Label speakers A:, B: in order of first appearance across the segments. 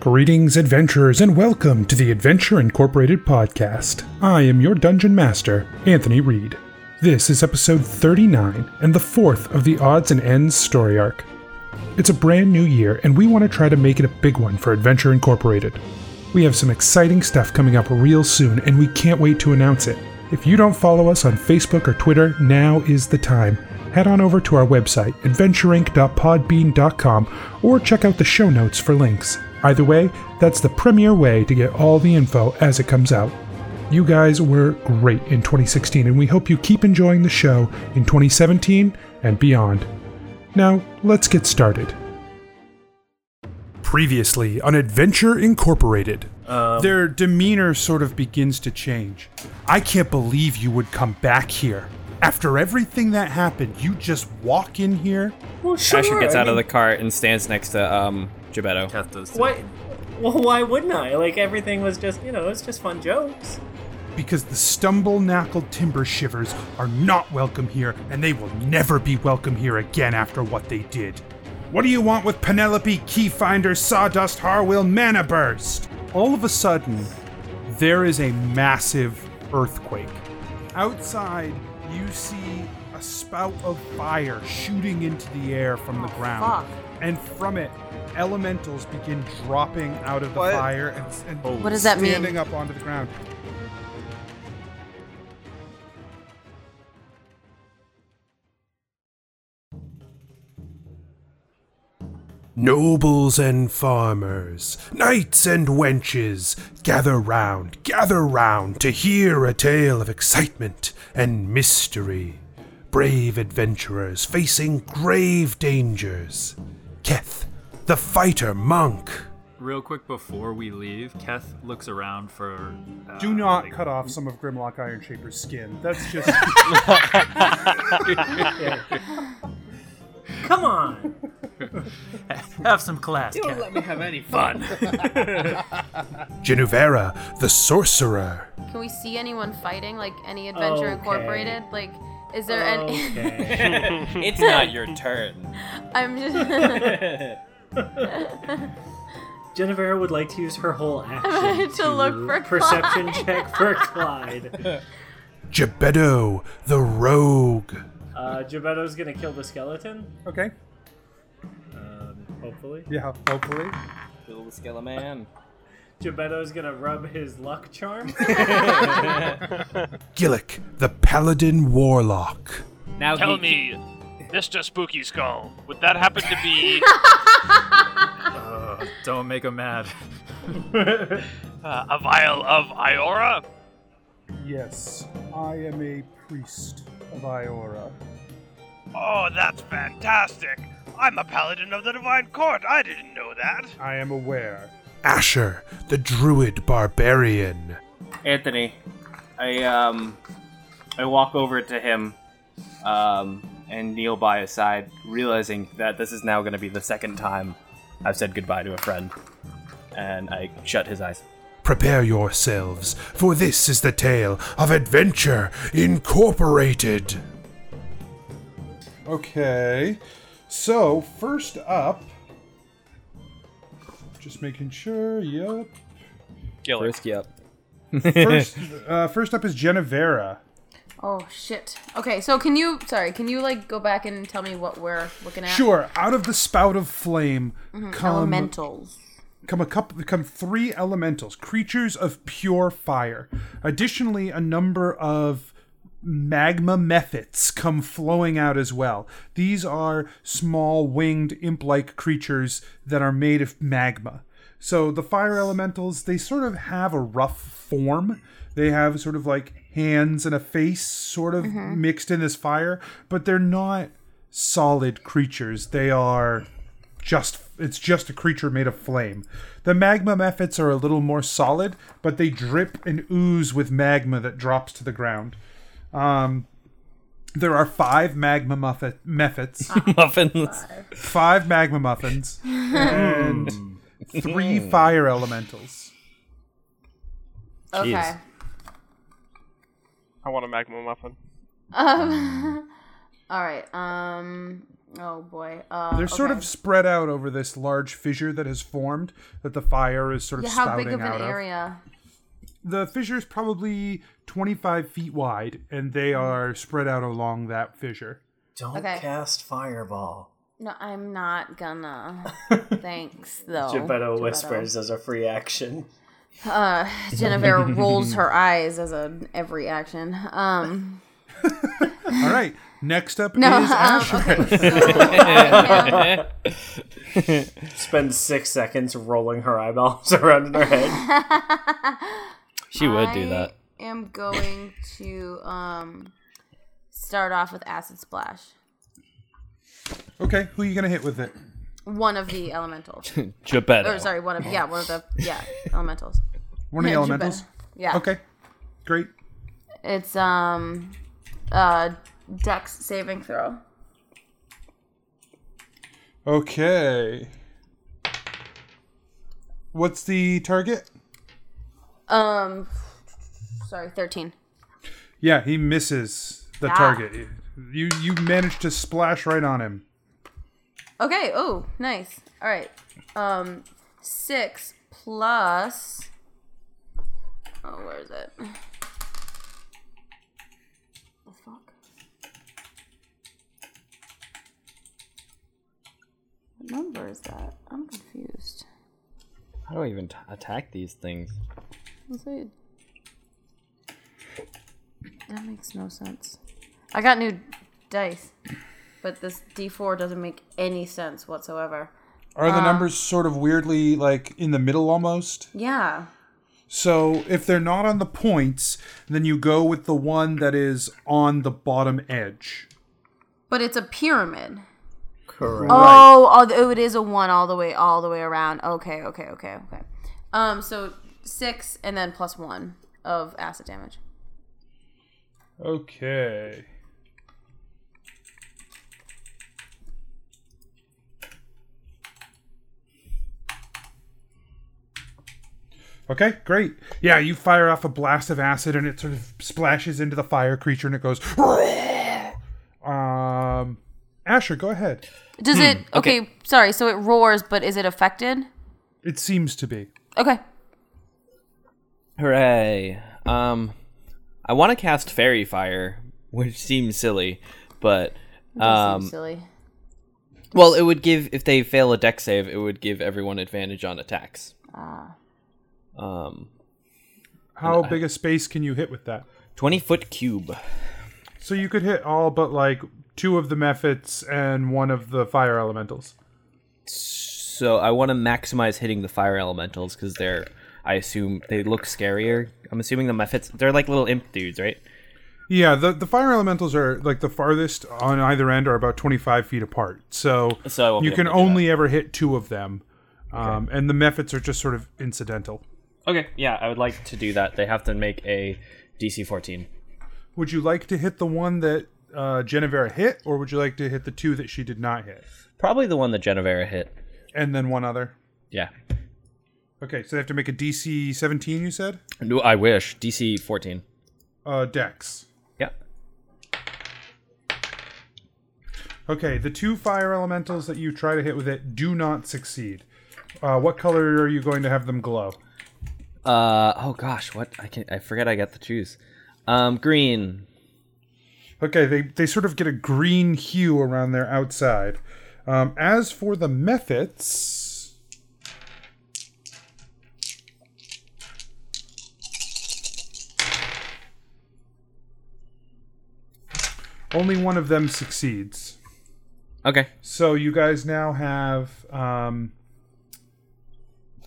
A: Greetings, adventurers, and welcome to the Adventure Incorporated podcast. I am your dungeon master, Anthony Reed. This is episode 39 and the fourth of the Odds and Ends story arc. It's a brand new year, and we want to try to make it a big one for Adventure Incorporated. We have some exciting stuff coming up real soon, and we can't wait to announce it. If you don't follow us on Facebook or Twitter, now is the time. Head on over to our website, adventureinc.podbean.com, or check out the show notes for links. Either way, that's the premier way to get all the info as it comes out. You guys were great in 2016, and we hope you keep enjoying the show in 2017 and beyond. Now, let's get started. Previously on Adventure Incorporated, their demeanor sort of begins to change. I can't believe you would come back here. After everything that happened, you just walk in here?
B: Well, sure.
C: Asher gets
B: I
C: out of the
B: mean,
C: cart and stands next to um Gebetto.
D: Cat those two.
B: Why? Well, why wouldn't I? Like everything was just, you know, it's just fun jokes.
A: Because the stumble knackled timber shivers are not welcome here, and they will never be welcome here again after what they did. What do you want with Penelope Keyfinder Sawdust Harwill Mana Burst? All of a sudden, there is a massive earthquake. Outside, you see a spout of fire shooting into the air from the ground.
E: fuck.
A: And from it, elementals begin dropping out of the
D: What?
A: fire and, and
E: What does that mean?
A: standing up onto the ground. Nobles and farmers, knights and wenches, gather round, gather round to hear a tale of excitement and mystery. Brave adventurers facing grave dangers. Keth, the fighter monk.
D: Real quick before we leave, Keth looks around for. Uh,
A: Do not
D: like-
A: cut off some of Grimlock Ironshaper's skin. That's just.
B: Come on.
D: Have some class, Keth.
F: let me have any fun.
A: Genuvera, the sorcerer.
E: Can we see anyone fighting? Like any Adventure
B: Okay.
E: Incorporated? Like, is there any?
B: Okay.
C: it's not your turn.
E: I'm just
B: Jennifer would like to use her whole action
E: to look for
B: perception
E: Clyde.
B: check for Clyde.
A: Gebeddo, the rogue.
B: Uh, Gebetto's gonna kill the skeleton.
A: Okay.
B: Um, hopefully,
A: Yeah, hopefully.
C: Kill the Skeleman.
B: Gebetto's gonna rub his luck charm.
A: Gillick, the paladin warlock.
C: Now
F: Tell
C: he,
F: me, Mr. Spooky Skull, would that happen to be?
D: Uh, don't make him mad.
F: uh, a vial of Iora?
A: Yes, I am a priest of Iora.
F: Oh, that's fantastic! I'm a paladin of the Divine Court. I didn't know that.
A: I am aware. Asher, the druid barbarian.
C: Anthony, I um, I walk over to him, um, and kneel by his side, realizing that this is now going to be the second time I've said goodbye to a friend, and I shut his eyes.
A: Prepare yourselves, for this is the tale of Adventure Incorporated. Okay, so first up, just making sure, yep.
C: Gillick. Frisky up.
A: First, uh, first up is Genevera.
E: oh shit. Okay, so can you? Sorry, can you like go back and tell me what we're looking at?
A: Sure, out of the spout of flame come
E: Elementals.
A: come a couple come three elementals creatures of pure fire additionally a number of magma methods come flowing out as well these are small winged imp-like creatures that are made of magma so the fire elementals they sort of have a rough form they have sort of like hands and a face sort of mixed in this fire but they're not solid creatures they are just it's just a creature made of flame. The magma methods are a little more solid, but they drip and ooze with magma that drops to the ground. Um, there are five magma muffet methods,
E: Ah.
C: Muffins.
A: five magma muffins, and three fire elementals.
E: Okay.
G: I want a magma muffin.
E: Um. all right. Um. Oh boy. Uh,
A: They're sort
E: okay.
A: of spread out over this large fissure that has formed that the fire is sort of
E: Yeah, how
A: spouting
E: big of
A: out
E: an area?
A: The fissure is probably 25 feet wide, and they are spread out along that fissure.
B: Don't
E: Okay. Oh,
B: cast fireball.
E: No, I'm not gonna. Thanks, though.
B: Geppetto whispers as a free action.
E: Uh, Genevieve rolls her eyes as a every action. Um,
A: All right, next up
E: no,
A: is
E: um,
A: Ash.
E: okay, so, yeah.
B: Spends six seconds rolling her eyeballs around in her head.
G: She would do that.
E: I am going to um start off with acid splash.
A: Okay, who are you going to hit with it?
E: One of the elementals.
G: Geppetto.
E: Or Oh, sorry, one of yeah, one of the yeah elementals.
A: One of the
E: Yeah,
A: elementals?
E: Geppetto. Yeah.
A: Okay, great.
E: It's um uh Dex saving throw.
A: Okay. What's the target?
E: Um sorry, thirteen.
A: Yeah, he misses the
E: Ah.
A: target. You you managed to splash right on him.
E: Okay, oh, nice. Alright. Um six plus Oh, where is it? The fuck? What number is that? I'm confused.
G: How do I even t- attack these things?
E: Is it- That makes no sense. I got new dice, but this D4 doesn't make any sense whatsoever.
A: Are
E: Ah.
A: the numbers sort of weirdly like in the middle almost?
E: Yeah.
A: So if they're not on the points, then you go with the one that is on the bottom edge.
E: But it's a pyramid.
B: Correct.
E: Oh, all the, oh, it is a one all the way, all the way around. Okay, okay, okay, okay. Um, so six and then plus one of acid damage.
A: Okay. Okay, great. Yeah, you fire off a blast of acid and it sort of splashes into the fire creature and it goes. um, Asher, go ahead.
E: Does it?
G: Hmm,
E: Okay. sorry. So it roars, but is it affected?
A: It seems to be.
E: Okay.
G: Hooray! Um, I want to cast Fairy Fire, which seems silly, but
E: That
G: um,
E: seems silly.
G: well, it would give if they fail a deck save, it would give everyone advantage on attacks. Um,
A: How big a space can you hit with that?
G: twenty foot cube.
A: So you could hit all but like two of the mephits and one of the fire elementals.
G: So I want to maximize hitting the fire elementals because they're, I assume they look scarier. I'm assuming the methods they're like little imp dudes, right?
A: Yeah, the, the fire elementals are like the farthest on either end are about 25 feet apart. So,
G: So I won't
A: you
G: be
A: can
G: able to do
A: only ever hit two of them. Um, and the mephits are just sort of incidental.
G: Okay, yeah, I would like to do that. They have to make a DC 14.
A: Would you like to hit the one that uh, Genevera hit, or would you like to hit the two that she did not hit?
G: Probably the one that Genevera hit.
A: And then one other.
G: Yeah.
A: Okay, so they have to make a DC 17, you said?
G: No, I wish DC 14.
A: Uh, Dex.
G: Yeah.
A: Okay, the two fire elementals that you try to hit with it do not succeed. Uh, what color are you going to have them glow?
G: Uh oh gosh, what I can I forget I got to choose. Um green.
A: Okay, they, they sort of get a green hue around their outside. Um, as for the methods, only one of them succeeds.
G: Okay.
A: So you guys now have um,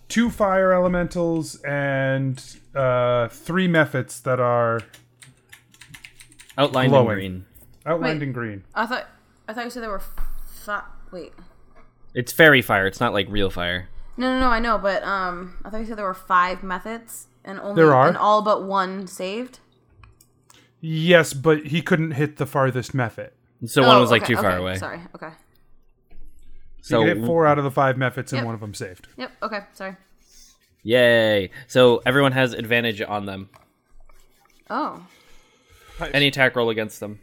A: two fire elementals and uh, three mephits that are
G: Outlined in
A: Glowing.
G: green.
A: outlined
E: Wait.
A: in green.
E: I thought I thought you said there were five. Wait.
G: It's fairy fire, it's not like real fire.
E: No, no, no. I know, but um, I thought you said there were five methods and only
A: There are.
E: and all but one saved.
A: Yes, but he couldn't hit the farthest method.
G: So
E: one
G: one was like too far away.
E: Sorry. Oh, Okay.
A: So
G: So
A: you hit four out of the five methods, and
E: Yep.
A: one of them saved.
E: Yep. Okay. Sorry.
G: Yay. So everyone has advantage on them.
E: Oh.
G: Any attack roll against them.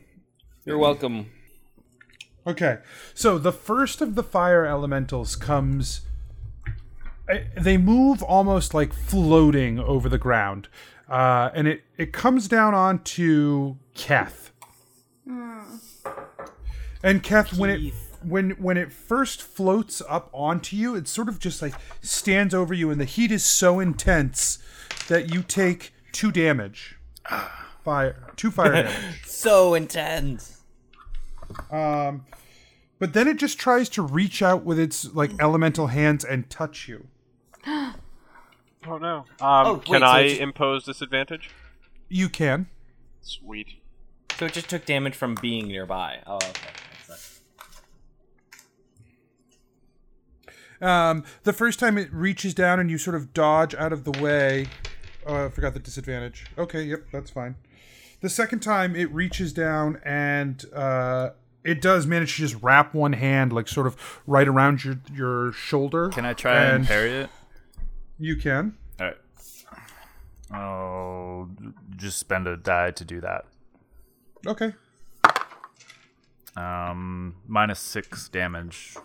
G: You're welcome.
A: Okay. So the first of the fire elementals comes. I- They move almost like floating over the ground. Uh, and it, it comes down onto Keth. And Keth, when it when when it first floats up onto you, it sort of just like stands over you, and the heat is so intense that you take two damage. Fire two fire damage.
G: So intense.
A: Um, but then it just tries to reach out with its like elemental hands and touch you.
F: Oh no. Um,
G: Oh, wait,
F: can
G: so
F: I
G: it's-
F: impose disadvantage?
A: You can.
F: Sweet.
G: So it just took damage from being nearby. Oh, okay. That's
A: Um, the first time it reaches down and you sort of dodge out of the way. Oh, I forgot the disadvantage. Okay, yep, that's fine. The second time it reaches down and uh, it does manage to just wrap one hand like sort of right around your your shoulder.
D: Can I try and,
A: And-
D: parry it?
A: You can.
D: All right. I'll just spend a die to do that.
A: Okay.
D: Um, minus six damage.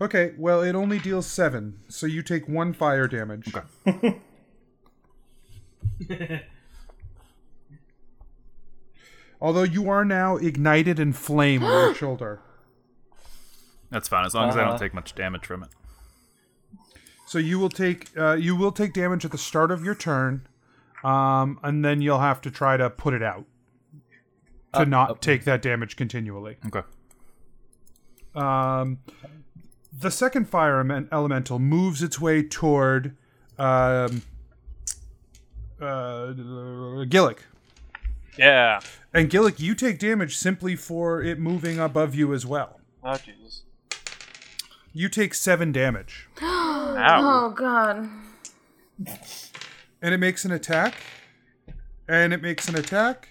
A: Okay. Well, it only deals seven, so you take one fire damage. Although you are now ignited in flame on your shoulder.
D: That's fine as long as I
G: Uh-huh.
D: don't take much damage from it.
A: So you will take uh, you will take damage at the start of your turn, um, and then you'll have to try to put it out to not take that damage continually.
D: Okay.
A: Um, the second fire element- elemental moves its way toward um, uh, Gillick,
F: Yeah.
A: and Gillick, you take damage simply for it moving above you as well.
F: Oh Jesus.
A: You take seven damage,
F: Ow.
E: Oh god.
A: and it makes an attack, and it makes an attack,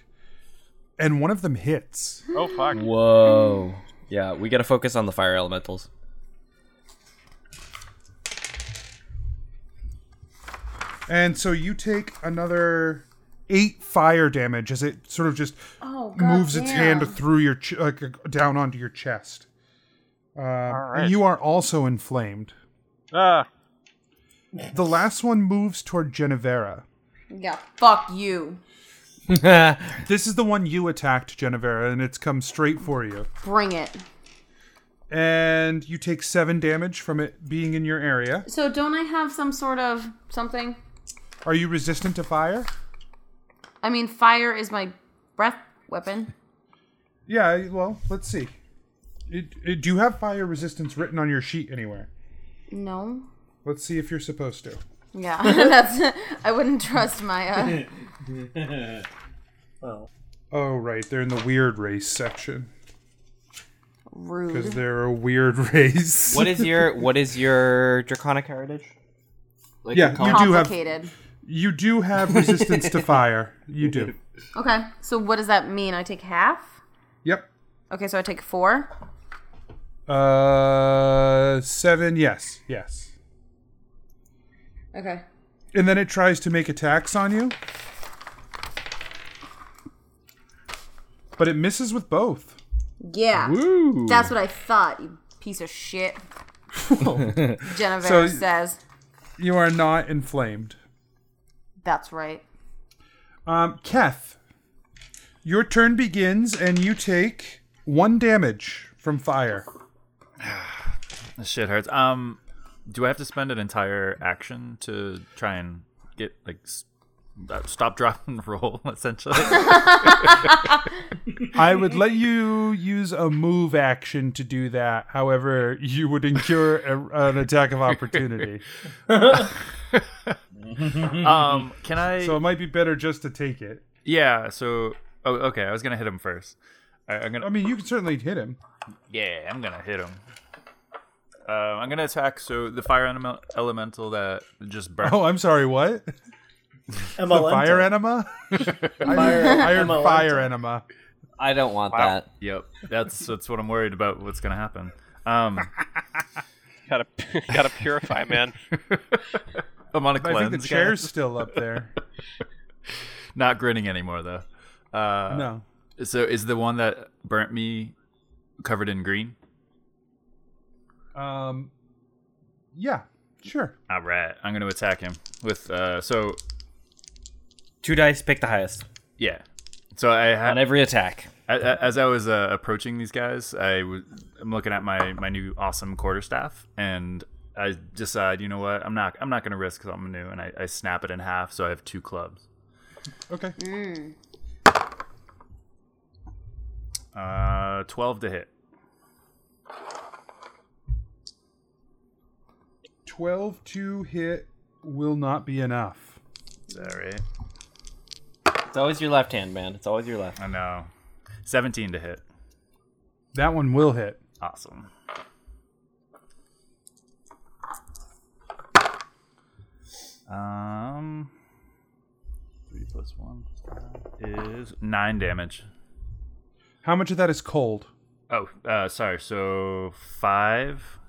A: and one of them hits.
F: Oh fuck.
G: fine. Whoa. Yeah, we gotta focus on the fire elementals.
A: And so you take another eight fire damage as it sort of just
E: Oh god.
A: moves its
E: damn.
A: hand through your ch- like, uh, down onto your chest. Uh,
F: right.
A: And you are also inflamed.
F: Ah.
A: The last one moves toward Genevera.
E: Yeah. Fuck you.
A: This is the one you attacked, Genevera, and it's come straight for you.
E: Bring it.
A: And you take seven damage from it being in your area.
E: So don't I have some sort of something?
A: Are you resistant to fire?
E: I mean, fire is my breath weapon.
A: Yeah. Well, let's see. It, it- do you have fire resistance written on your sheet anywhere?
E: No.
A: Let's see if you're supposed to.
E: Yeah, that's. I wouldn't trust my. Uh,
A: Oh, right. They're in the weird race section because
E: rude.
A: they're a weird race.
G: what is your what is your draconic heritage? Like
A: Yeah,
G: call-
A: you do have
E: Complicated.
A: You do have resistance to fire. You do.
E: Okay, so what does that mean? I take half.
A: Yep.
E: Okay, so I take four.
A: Uh, seven. Yes. Yes.
E: Okay.
A: And then it tries to make attacks on you, but it misses with both.
E: Yeah,
A: Woo!
E: that's what I thought. You piece of shit. Jennifer
A: So-
E: says
A: You are not inflamed.
E: that's right.
A: Um, Keth, your turn begins, and you take one damage from fire.
D: This shit hurts. Um, do I have to spend an entire action to try and get like s- uh, stop, drop, and roll? Essentially,
A: I would let you use a move action to do that. However, you would incur a, an attack of opportunity.
D: um, can I?
A: So it might be better just to take it.
D: yeah. So, oh, okay. I was gonna hit him first. I, I'm gonna.
A: I mean, you can certainly hit him.
D: Yeah, I'm gonna hit him. Uh, I'm gonna attack. So the fire element elemental that just burnt.
A: Oh, I'm sorry. What?
B: I'm
A: The fire enema? Iron
B: Emma
A: fire enema.
G: I don't want that.
D: Yep, that's that's what I'm worried about. What's gonna happen? Um,
F: Gotta gotta purify, man.
D: I'm on a
A: I
D: cleanse.
A: think the
D: guys.
A: chair's still up there.
D: Not grinning anymore though. Uh,
A: No.
D: So is the one that burnt me covered in green?
A: Um, yeah, sure.
D: All right, I'm going to attack him with. uh So
G: Two dice, pick the highest
D: yeah, so I had
G: on every attack.
D: A- a- As I was uh, approaching these guys, I was I'm looking at my my new awesome quarterstaff, and I decide, you know what, I'm not I'm not gonna risk something new, and I, I snap it in half, so I have two clubs.
A: Okay.
D: Uh, twelve to hit.
A: 12 to hit will not be enough.
D: Is that right?
G: It's always your left hand, man. It's always your left.
D: I know. Seventeen to hit.
A: That one will hit.
D: Awesome. Um, three plus one is nine damage.
A: How much of that is cold?
D: Oh, uh, sorry. So five,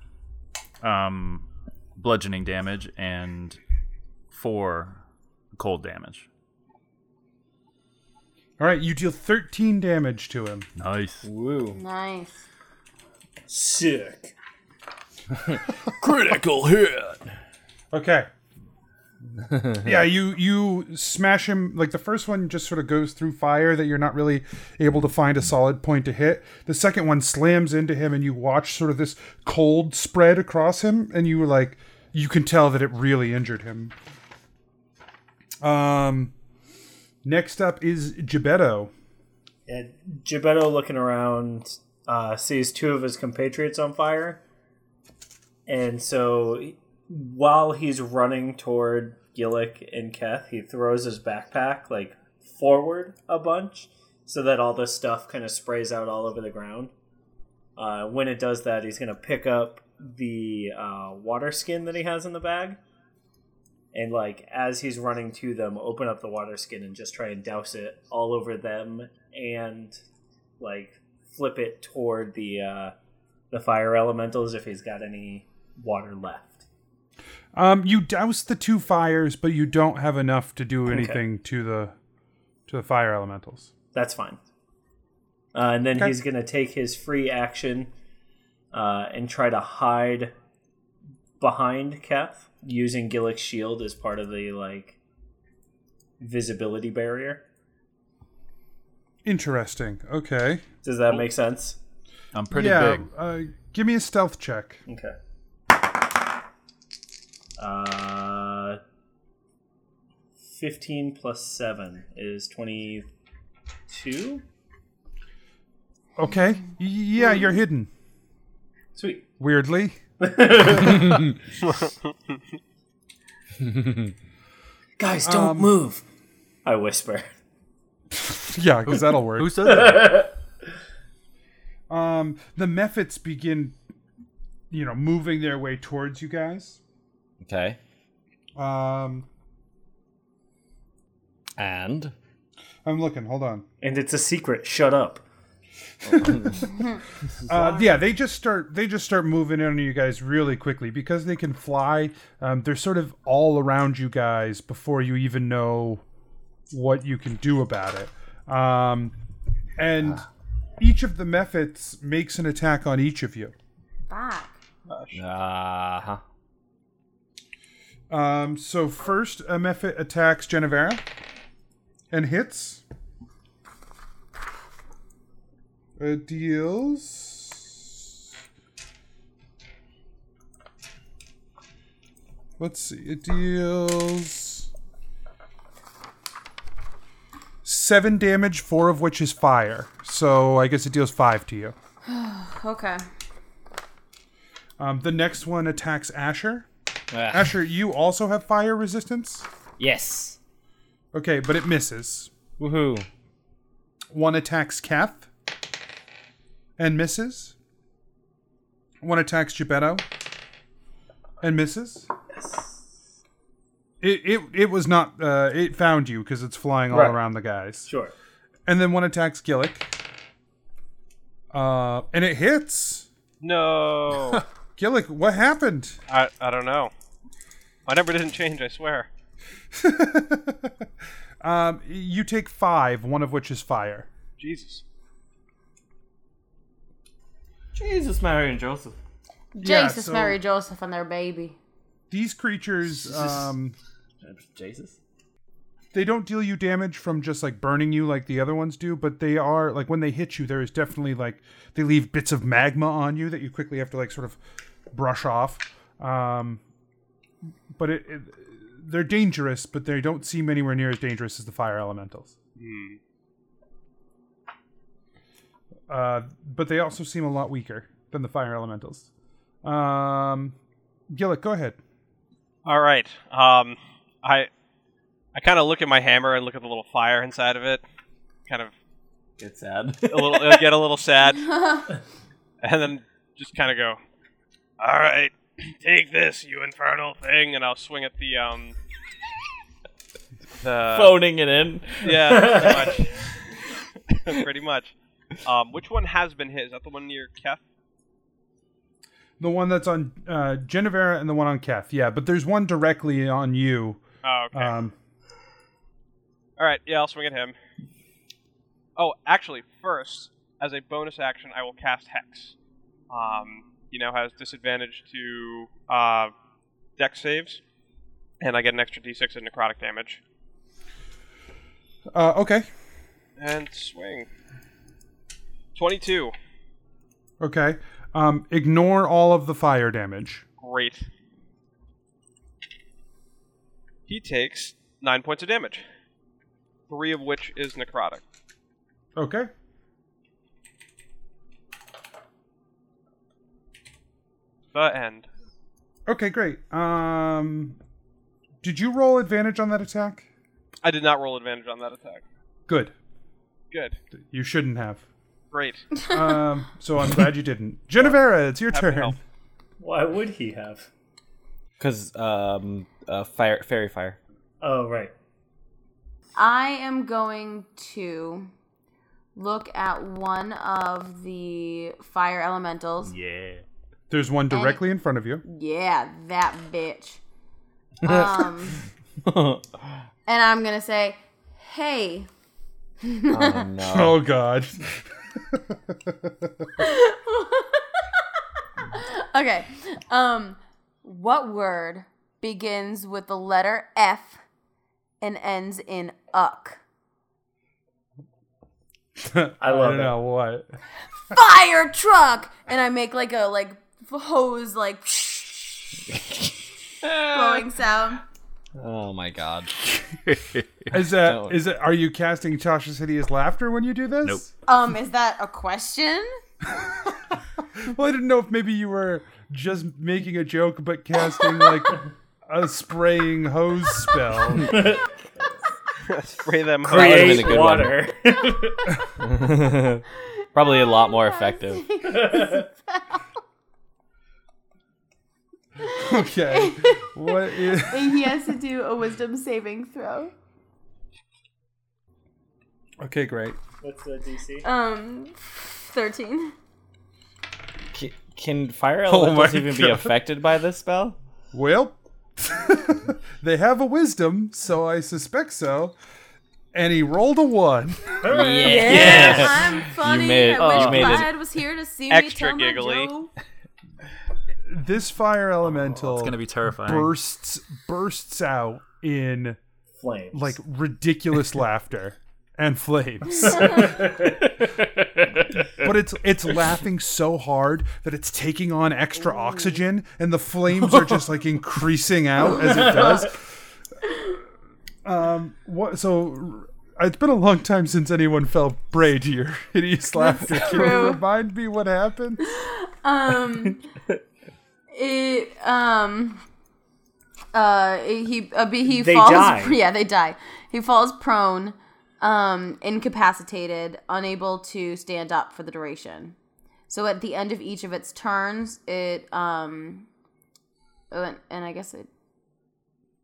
D: um, bludgeoning damage and four cold damage.
A: All right, you deal 13 damage to him.
D: Nice.
G: Woo.
E: Nice.
B: Sick.
G: Critical hit.
A: Okay. yeah, you you smash him like the first one just sort of goes through fire that you're not really able to find a solid point to hit. The second one slams into him and you watch sort of this cold spread across him and you were like you can tell that it really injured him. Um next up is Gebetto.
B: Yeah, Gebetto looking around uh, sees two of his compatriots on fire, and so while he's running toward Gillick and Keth, he throws his backpack like forward a bunch so that all this stuff kind of sprays out all over the ground. Uh, when it does that, he's gonna pick up the uh, water skin that he has in the bag. And like as he's running to them, open up the water skin and just try and douse it all over them and like flip it toward the uh, the fire elementals if he's got any water left.
A: Um you douse the two fires but you don't have enough to do anything to the to the fire elementals.
B: That's fine. Uh, and then
A: Okay.
B: he's gonna take his free action uh, and try to hide behind Kef using Gillick's shield as part of the like visibility barrier.
A: Interesting. Okay.
B: Does that make sense?
D: I'm pretty
A: yeah,
D: big.
A: Uh, give me a stealth check.
B: Okay. Uh, 15 plus 7 is 22?
A: Okay. Y- yeah, you're hidden.
B: Sweet.
A: Weirdly.
B: Guys, don't move! Um, I whisper.
A: Yeah, because that'll work.
D: Who said that?
A: Um, the Mephits begin, you know, moving their way towards you guys.
G: Okay.
A: Um,
G: And
A: I'm looking. Hold on.
B: And it's a secret. Shut up.
A: Uh, yeah, they just start. They just start moving in on you guys really quickly because they can fly. Um, they're sort of all around you guys before you even know what you can do about it. Um, and each of the Mephits makes an attack on each of you.
E: Back.
G: uh huh.
A: Um, so first, a Mephit attacks Genevera and hits. Uh, deals. Let's see. It deals seven damage, four of which is fire. So I guess it deals five to you.
E: Okay.
A: Um, the next one attacks Asher.
G: Ah.
A: Asher, you also have fire resistance.
G: Yes.
A: Okay, but it misses.
G: Woohoo.
A: One attacks Kath and misses. One attacks Gebetto and misses. It, it, it was not uh, it found you because it's flying all
B: Right.
A: around the guys
B: Sure.
A: and then one attacks Gillick uh, and it hits
F: No.
A: Gillick what happened
F: I, I don't know. My number didn't change, I swear.
A: um, you take five one of which is fire
H: Jesus.
G: Jesus, Mary, and Joseph.
A: Yeah,
E: Jesus,
A: so-
E: Mary, Joseph, and their baby.
A: These creatures, um,
G: Jesus.
A: they don't deal you damage from just like burning you like the other ones do, but they are like when they hit you, there is definitely like they leave bits of magma on you that you quickly have to like sort of brush off. Um, but it, it, they're dangerous, but they don't seem anywhere near as dangerous as the fire elementals. Uh, but they also seem a lot weaker than the fire elementals. Um, Gillick, go ahead.
H: All right. Um, I I kind of look at my hammer and look at the little fire inside of it. Kind of
G: It's sad.
H: a little I get a little sad, and then just kind of go. All right,
F: Take this, you
H: you infernal thing, and I'll swing at the um. The,
G: Phoning it in.
H: Yeah, pretty much. pretty much. Um, which one has been hit? Is that the one near Kef?
A: The one that's on uh, Genevera and the one on Kef. Yeah, but there's one directly on you.
H: Oh, okay.
A: Um,
H: All right, yeah, I'll swing at him. Oh, actually, first, as a bonus action, I will cast Hex. Um, he now has disadvantage to uh, deck saves, and I get an extra d6 of necrotic damage.
A: uh, okay.
H: And swing. 22.
A: Okay. Um, ignore all of the fire damage.
H: Great. He takes 9 points of damage, 3 of which is necrotic.
A: Okay.
H: The end.
A: Okay, great. Um, did you roll advantage on that attack?
H: I did not roll advantage on that attack.
A: Good.
H: Good.
A: You shouldn't have.
H: Great.
A: Um, so I'm glad you didn't. Genevera, it's your
H: Happy to
A: turn.
H: help.
B: Why would he have?
G: Because um, uh, fire, fairy fire.
B: Oh, right.
E: I am going to look at one of the fire elementals.
D: Yeah.
A: There's one directly in front of you.
E: Yeah, that bitch. Um, and I'm gonna say, "Hey,
G: Oh no.
A: Oh, God.
E: okay. Um, what word begins with the letter F and ends in uck?
A: I
B: love
A: don't
B: it.
A: know what.
E: Fire truck. And I make like a like hose like blowing sound.
G: Oh my god.
A: Is that?
G: Don't.
A: Is it? Are you casting Tasha's hideous laughter when you do this?
D: Nope.
E: Um, is that a question?
A: Well, I didn't know if maybe you were just making a joke, but casting like a spraying hose spell.
H: Spray them.
G: would've been a
B: Create
G: good
B: water.
G: Probably a lot more effective.
A: Okay. What is?
E: he has to do a wisdom saving throw.
A: Okay, great.
B: What's the DC?
E: Um, thirteen.
G: C- Can fire elementals even be affected by this spell?
A: Well, they have a wisdom, so I suspect so. And he rolled a one.
E: Yeah, I'm funny.
G: made-
E: I wish
G: you made it
E: Clyde was here to see
H: extra
E: me tell
H: giggly.
E: my joke.
A: This fire elemental
D: It's gonna be terrifying.
A: bursts bursts out in
B: Flames.
A: like ridiculous laughter and flames. but it's it's laughing so hard that it's taking on extra oxygen and the flames are just like increasing out as it does. Um what so r- it's been a long time since anyone fell prey to your hideous laughter. Can you
E: true.
A: remind me what happened?
E: Um, it um, uh, he uh, be- he
B: They
E: falls.
B: die.
E: Yeah, they die. He falls prone, um, incapacitated, unable to stand up for the duration. So at the end of each of its turns, it um, oh, and, and I guess it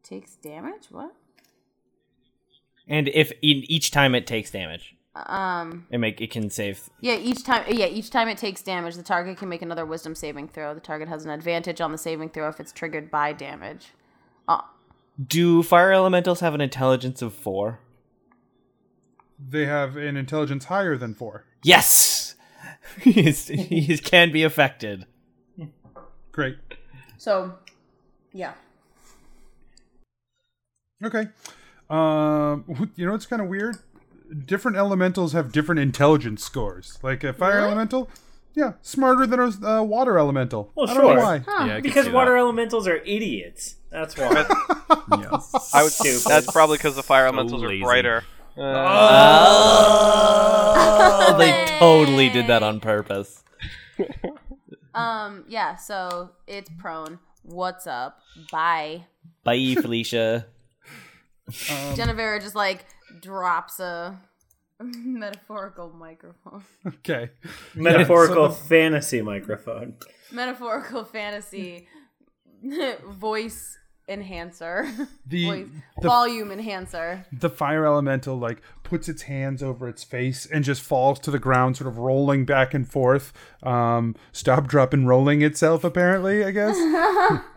E: takes damage. What?
G: And if in each time it takes damage,
E: Um.
G: it make it can save.
E: Yeah, each time. Yeah, each time it takes damage, the target can make another Wisdom saving throw. The target has an advantage on the saving throw if it's triggered by damage.
G: Do fire elementals have an intelligence of four?
F: They have an intelligence higher than four.
G: Yes, he, is, he is- can be affected.
F: Great.
E: So, yeah.
F: Okay. Um, you know it's kind of weird. Different elementals have different intelligence scores. Like a fire
E: Really?
F: elemental, yeah, smarter than a uh, water elemental.
B: Well,
F: I don't know
B: sure.
F: why.
E: Huh.
D: Yeah, I can
B: Because
D: see
B: water elementals are idiots. That's why.
D: that. Yeah.
H: I would.
B: Stupid.
H: That's probably because the fire elementals
D: lazy.
H: are brighter.
G: Oh, they totally did that on purpose.
E: Um. Yeah. So it's prone. What's up? Bye.
G: Bye, Felicia.
E: Jennifer just like drops a metaphorical microphone,
F: Okay.
B: Metaphorical
F: Yeah, so
B: fantasy microphone.
E: metaphorical fantasy voice enhancer,
F: The-
E: voice,
F: the-
E: volume enhancer.
F: the fire elemental like puts its hands over its face and just falls to the ground, sort of rolling back and forth. Um, stop, drop, and rolling itself. Apparently, I guess.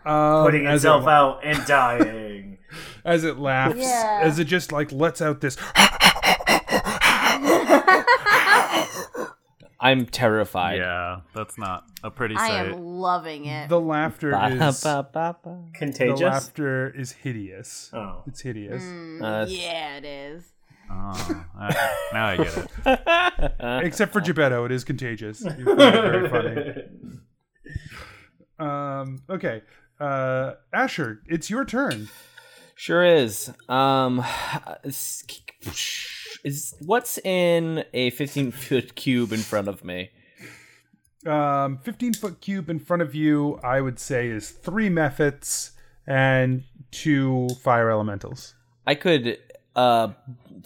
F: um,
B: Putting
F: as it
B: itself out and dying.
F: as it laughs,
E: Yeah.
F: as it just like lets out this.
G: I'm terrified.
D: Yeah, that's not a pretty
E: I
D: sight.
E: am loving it.
F: The laughter
G: Ba,
F: is
G: ba, ba, ba.
F: the
B: Contagious?
F: laughter is hideous.
B: Oh.
F: It's hideous.
E: Mm.
G: Uh,
E: yeah, it is.
D: Oh, okay. now I get it.
F: Except for Geppetto, it is contagious. You find it very funny. Um, okay, uh, Asher, it's your turn.
G: Sure is. Um, is is- what's in a 15 foot cube in front of me?
F: Um, Fifteen foot cube in front of you, I would say, is three mephits and two fire elementals.
G: I could uh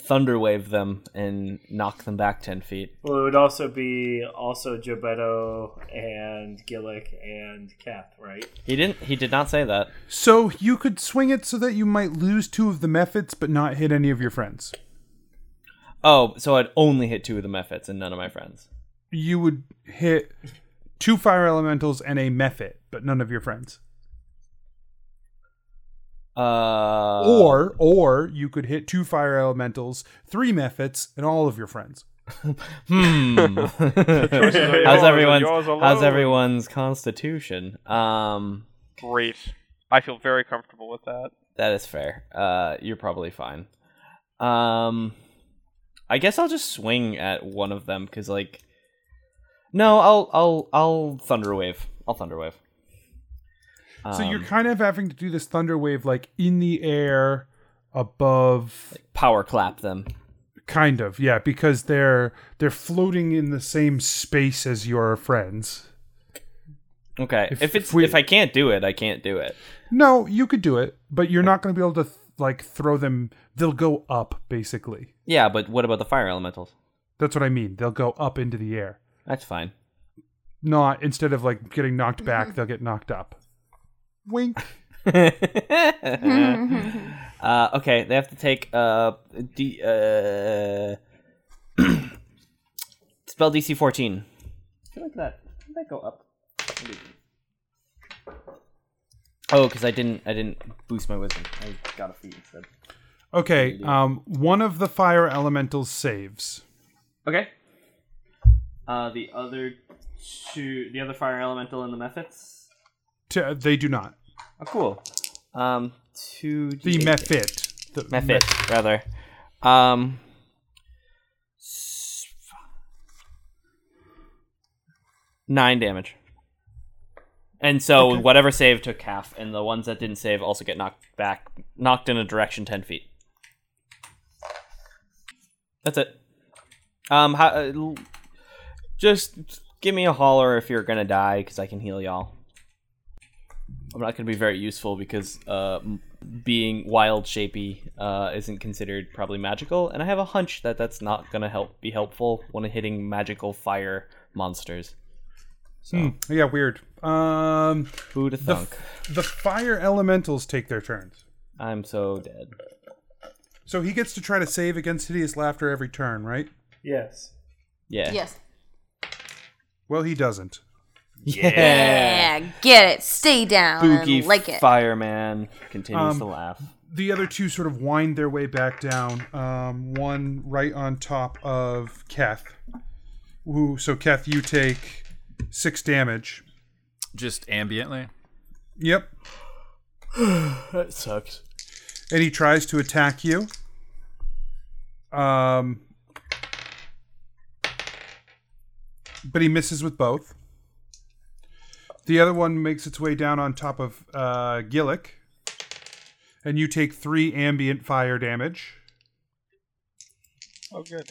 G: thunderwave them and knock them back 10 feet.
B: Well, it would also be also Gebetto and Gillick and Kath, right?
G: He didn't. He did not say that.
F: So you could swing it so that you might lose two of the mephits, but not hit any of your friends.
G: Oh, so I'd only hit two of the mephits and none of my friends.
F: You would hit two fire elementals and a mephit, but none of your friends.
G: Uh,
F: or or you could hit two fire elementals, three mephits, and all of your friends.
G: hmm.
H: yours
G: how's
H: and
G: everyone's
H: yours alone.
G: How's everyone's constitution? Um,
H: Great. I feel very comfortable with that.
G: that is fair. Uh, you're probably fine. Um, I guess I'll just swing at one of them because, like, no, I'll I'll I'll thunderwave. I'll thunderwave.
F: So you're
G: Um,
F: kind of having to do this thunder wave like in the air above
G: power clap them.
F: kind of. Yeah, because they're they're floating in the same space as your friends.
G: Okay, if,
F: If-
G: it's
F: if we-
G: if I can't do it, I can't do it.
F: No, you could do it, but you're not going to be able to th- like throw them they'll go up basically.
G: Yeah, but what about the fire elementals?
F: That's what I mean. They'll go up into the air.
G: That's fine.
F: Not instead of like getting knocked back, they'll get knocked up. Wink.
G: uh, okay, they have to take uh, D, uh spell DC fourteen. I feel like that. Did that go up? Oh, because I didn't. I didn't boost my wisdom. I got a feat instead.
F: Okay, um one of the fire elementals saves.
G: Okay. Uh, the other two, the other fire elemental and the methods.
F: To, uh, they do not.
G: Oh, cool. Um, two.
F: The
G: D8.
F: method. The
G: method rather. Um, s- nine damage. And so whatever save took half, and the ones that didn't save also get knocked back, knocked in a direction ten feet. That's it. Um, how, uh, l- just give me a holler if you're gonna die, because I can heal y'all. I'm not going to be very useful because uh, m- being wild shapy uh, isn't considered probably magical, and I have a hunch that that's not going to help be helpful when hitting magical fire monsters. So
F: hmm, Yeah, weird. Um,
G: who to
F: the
G: thunk?
F: f- the fire elementals take their turns.
G: I'm so dead.
F: So he gets to try to save against hideous laughter every turn, right?
B: Yes.
G: Yeah.
E: Yes.
F: Well, he doesn't.
G: Yeah.
E: Yeah. Get it. Stay down.
G: Spooky
E: and like it.
G: fireman continues
F: Um,
G: to laugh.
A: the other two sort of wind their way back down. Um, one right on top of Keth. Who? So Keth, you take six damage.
D: Just ambiently.
A: Yep.
G: That sucks.
A: and he tries to attack you. Um, but he misses with both. The other one makes its way down on top of uh, Gillick, and you take three ambient fire damage.
H: Oh, good.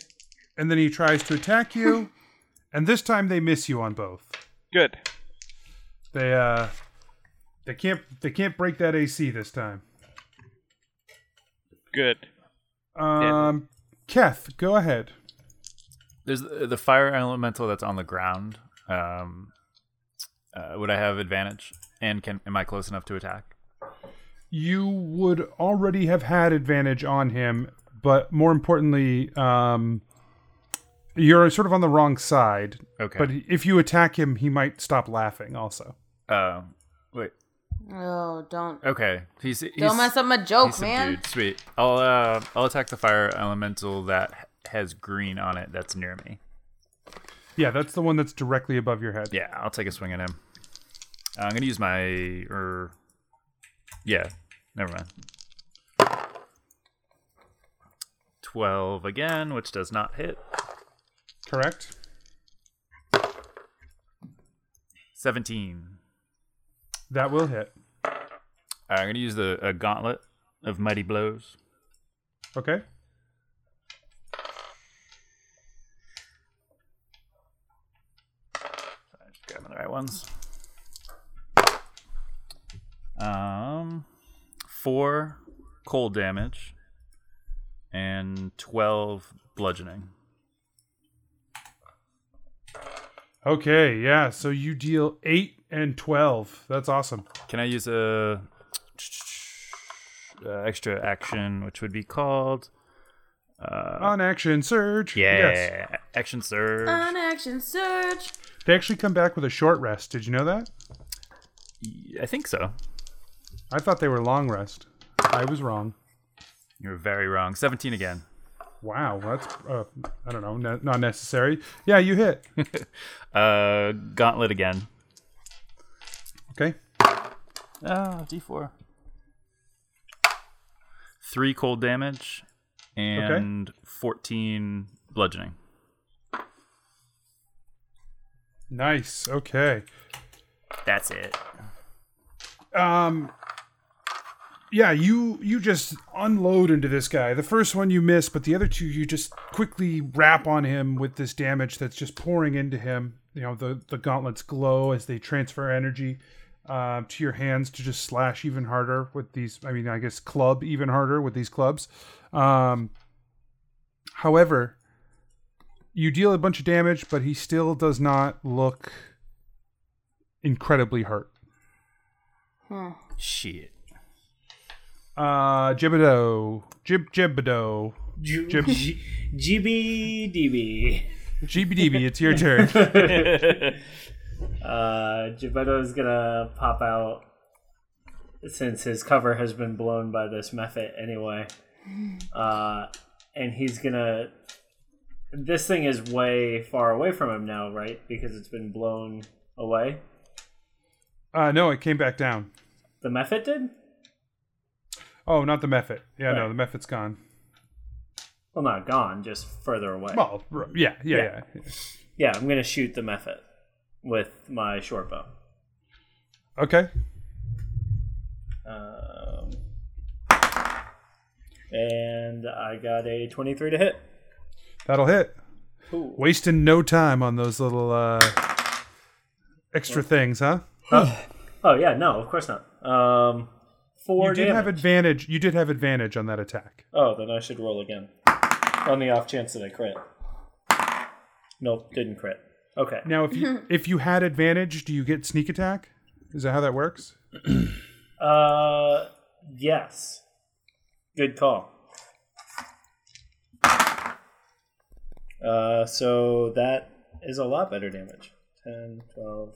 A: And then he tries to attack you, and this time they miss you on both.
H: Good.
A: They uh, they can't they can't break that AC this time.
H: Good.
A: Um, Keth, go ahead.
D: There's the the fire elemental that's on the ground. Um, uh, would I have advantage? And can am I close enough to attack?
A: you would already have had advantage on him, but more importantly, um, you're sort of on the wrong side.
D: Okay.
A: But if you attack him, he might stop laughing. Also,
D: Uh, wait.
E: Oh, don't
D: Okay. He's, he's
E: don't mess up my joke,
D: he's
E: man.
D: subdued. Sweet. I'll uh, I'll attack the fire elemental that has green on it that's near me.
A: yeah, that's the one that's directly above your head.
D: Yeah, I'll take a swing at him. Uh, I'm gonna use my er, yeah, never mind. Twelve again, which does not hit.
A: Correct.
D: Seventeen.
A: That will hit.
D: Uh, I'm gonna use the a gauntlet of mighty blows.
A: Okay.
D: Grabbing the right ones. Um, four cold damage and twelve bludgeoning.
A: Okay. Yeah. So you deal eight and twelve. That's awesome.
D: Can I use a uh, extra action, which would be called
A: on action surge.
D: yeah
A: Yes.
D: action surge?
E: On action search.
A: They actually come back with a short rest. Did you know that?
D: I think so.
A: I thought they were long rest. I was wrong.
D: You're very wrong. Seventeen again.
A: Wow, that's uh, I don't know, ne- not necessary. Yeah, you hit.
D: Uh, gauntlet again.
A: Okay,
D: Ah, d4. Three cold damage and fourteen bludgeoning.
A: nice. Okay,
D: That's it.
A: um, yeah, you you just unload into this guy. The first one you miss, but the other two you just quickly wrap on him with this damage that's just pouring into him. You know, the the gauntlets glow as they transfer energy uh, to your hands to just slash even harder with these. I mean, I guess club even harder with these clubs. Um, however, you deal a bunch of damage, but he still does not look incredibly hurt.
D: Shit.
A: Uh, Jibido. Jib Jibido.
B: Ju-
A: Jib-
B: G- GBDB.
A: GBDB, it's your turn.
B: Uh, Gebetto is gonna pop out since his cover has been blown by this method anyway. Uh, and he's gonna. This thing is way far away from him now, right? Because it's been blown away.
A: Uh, no, it came back down.
B: The method did?
A: Oh, not the Mephit. Yeah, no,
B: Right.
A: the Mephit's gone.
B: Well, not gone, just further away.
A: Well, r- yeah, yeah, yeah.
B: yeah, I'm gonna shoot the method with my short bow.
A: Okay.
B: Um, and I got a 23 to hit.
A: That'll hit.
B: Ooh.
A: Wasting no time on those little uh, extra things, huh?
B: Oh yeah, no, of course not. Um, four
A: You did
B: damage.
A: have advantage. You did have advantage on that attack.
B: oh, then I should roll again. On the off chance that I crit. Nope, didn't crit. Okay.
A: Now, if you if you had advantage, do you get sneak attack? Is that how that works?
B: Uh, yes. Good call. Uh, so that is a lot better damage. 10, 12,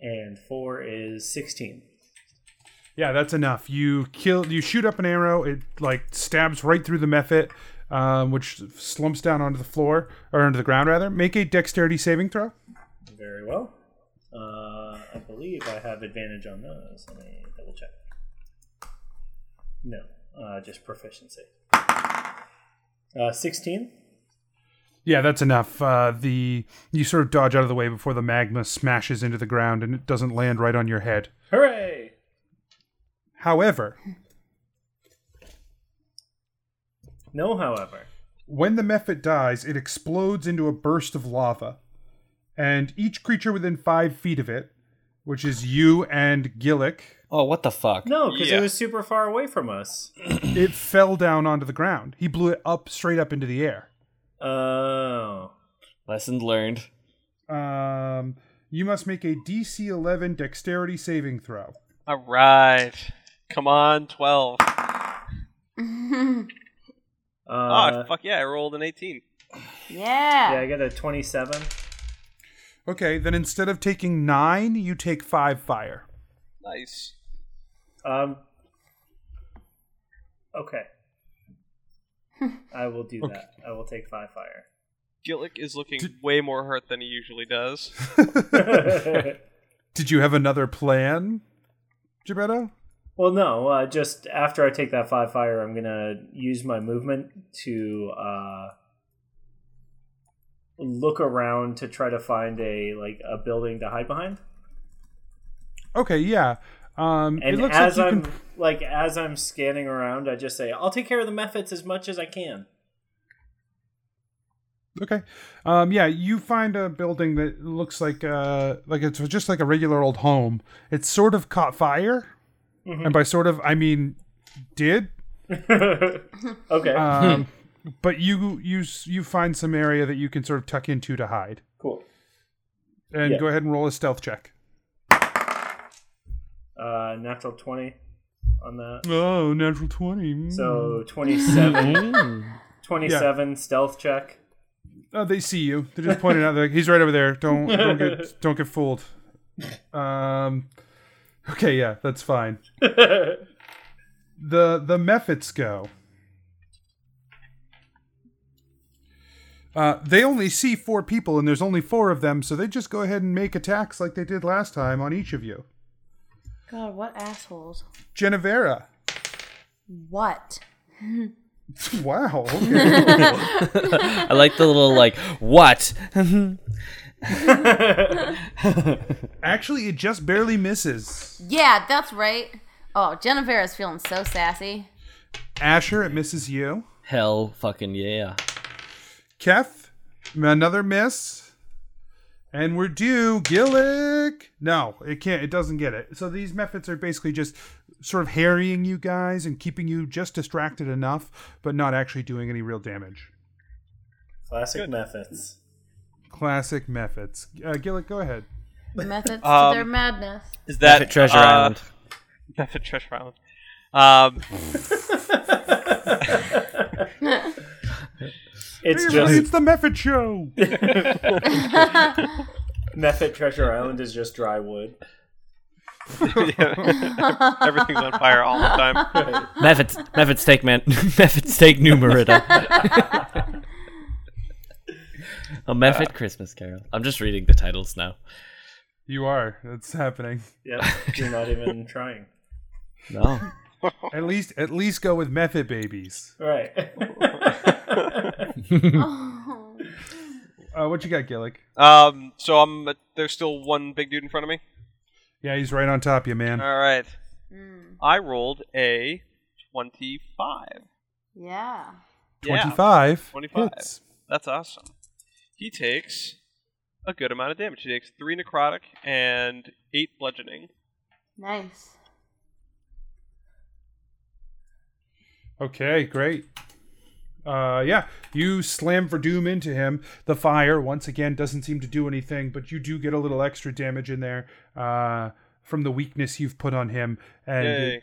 B: and 4 is 16.
F: Yeah, that's enough. You kill. You shoot up an arrow. It like stabs right through the mephit, um, which slumps down onto the floor or onto the ground rather. Make a dexterity saving throw.
B: Very well. Uh, I believe I have advantage on those. Let me double check. No, uh, just proficiency. Uh, 16?
F: Yeah, that's enough. Uh, the you sort of dodge out of the way before the magma smashes into the ground and it doesn't land right on your head.
B: Hooray!
F: However,
B: No, however.
F: When the mephit dies, it explodes into a burst of lava, and each creature within five feet of it, which is you and Gillick,
G: Oh, what the fuck?
B: No, because
H: Yeah.
B: it was super far away from us.
F: it fell down onto the ground. He blew it up straight up into the air.
B: Oh.
G: Lesson learned.
F: Um, you must make a DC 11 dexterity saving throw.
H: All right. Come on, 12.
B: Uh,
H: oh, fuck yeah, I rolled an 18.
E: Yeah.
B: Yeah, I got a 27.
F: Okay, then instead of taking nine, you take five fire.
H: Nice.
B: Um. Okay. I will do that. I will take five fire.
H: Gillick is looking way more hurt than he usually does.
F: Did you have another plan, Gibetto?
B: Well, no. Uh, just after I take that five fire, I'm gonna use my movement to uh, look around to try to find a like a building to hide behind.
F: Okay, yeah. Um, it
B: And
F: looks
B: as
F: like you
B: I'm
F: can.
B: like as I'm scanning around, I just say, "I'll take care of the methods as much as I can."
F: Okay. Um, yeah, you find a building that looks like uh, like it's just like a regular old home. It's sort of caught fire,
B: Mm-hmm.
F: and by sort of I mean did.
B: okay,
F: Um, but you you s- you find some area that you can sort of tuck into to hide,
B: cool.
F: and
B: Yeah.
F: go ahead and roll a stealth check.
B: Uh, natural twenty on that.
F: Oh, natural twenty. mm.
B: So 27, 27 stealth check.
F: oh, they see you. They just pointed out. They're Like, He's right over there. Don't don't get don't get fooled. Um, okay, yeah, that's fine. the the Mephits go. Uh, they only see four people, and there's only four of them, so they just go ahead and make attacks like they did last time on each of you.
E: God, what assholes.
F: Genevera.
E: What?
F: Wow. Okay.
G: I like the little like what?
F: Actually, it just barely misses.
E: Yeah, that's right. Oh, Jennifer is feeling so sassy.
F: Asher, it misses you.
G: Hell, fucking yeah.
F: Kef, another miss. And we're due. Gillick. No, it can't. It doesn't get it. So these methods are basically just sort of harrying you guys and keeping you just distracted enough, but not actually doing any real damage.
B: Classic methods.
F: Classic methods. Uh, Gillick, go ahead.
E: Methods
H: Um,
E: to their madness.
H: Is that
G: Treasure
H: uh,
G: Island.
H: That's a treasure island. Um,
B: It's
F: Hey, everybody,
B: just
F: it's the method show.
B: method treasure island is just dry wood.
H: everything's on fire all the time.
G: Methods, methods take man, methods take numerita. a method Christmas Carol. I'm just reading the titles now.
F: you are. It's happening.
B: Yep, you're not even trying.
G: No,
F: At least, at least go with method babies.
B: Right.
E: Oh.
F: Uh, what you got, Gillick?
H: Um, so I'm. There's still one big dude in front of me.
F: Yeah, he's right on top of you, man.
H: All right.
E: Mm,
H: I rolled a twenty-five.
E: yeah.
H: Yeah,
F: Twenty-five.
H: 25.
F: hits.
H: that's awesome. He takes a good amount of damage. He takes three necrotic and eight bludgeoning.
E: Nice.
F: Okay, great. Uh, yeah, you slam Verdum into him. The fire once again doesn't seem to do anything, but you do get a little extra damage in there uh, from the weakness you've put on him, and
H: Yay!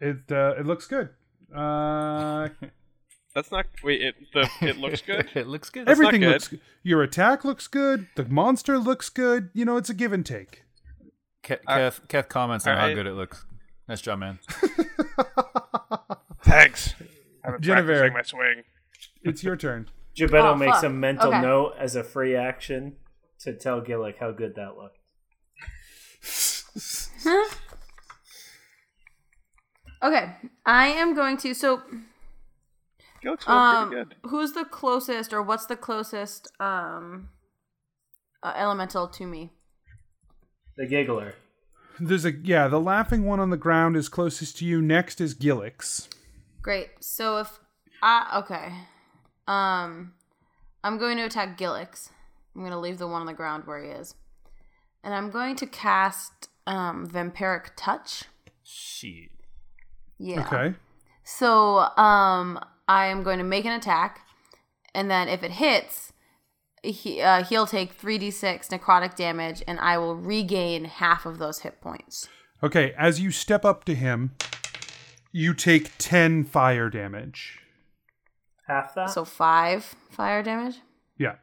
F: it it, uh, it looks good. Uh,
H: That's not. Wait, it the, it looks good.
D: it looks good.
F: everything
H: good.
F: looks. g- Your attack looks good. The monster looks good. You know, it's a give and take.
D: Ke- Kef, Kef comments on how
H: Alright.
D: good it looks. Nice job, man.
H: Thanks. I've been
F: Jennifer.
H: practicing my swing.
F: It's your turn.
B: Gebetto
E: Oh,
B: makes a
E: fuck.
B: mental
E: Okay.
B: note as a free action to tell Gillick how good that looked.
E: Okay, I am going to. So,
I: Gillick's doing
H: Oh,
I: pretty
E: um,
I: good.
E: who's the closest, or what's the closest um, uh, elemental to me?
B: The giggler.
F: There's a yeah, the laughing one on the ground is closest to you. Next is Gillix.
E: Great. So if I okay, um, I'm going to attack Gillix. I'm going to leave the one on the ground where he is, and I'm going to cast um, vampiric touch.
D: Shit.
E: Yeah.
F: Okay.
E: So um, I am going to make an attack, and then if it hits, he uh, he'll take three d six necrotic damage, and I will regain half of those hit points.
F: Okay, as you step up to him, you take 10 fire damage.
B: Half that?
E: So five fire damage.
F: Yeah,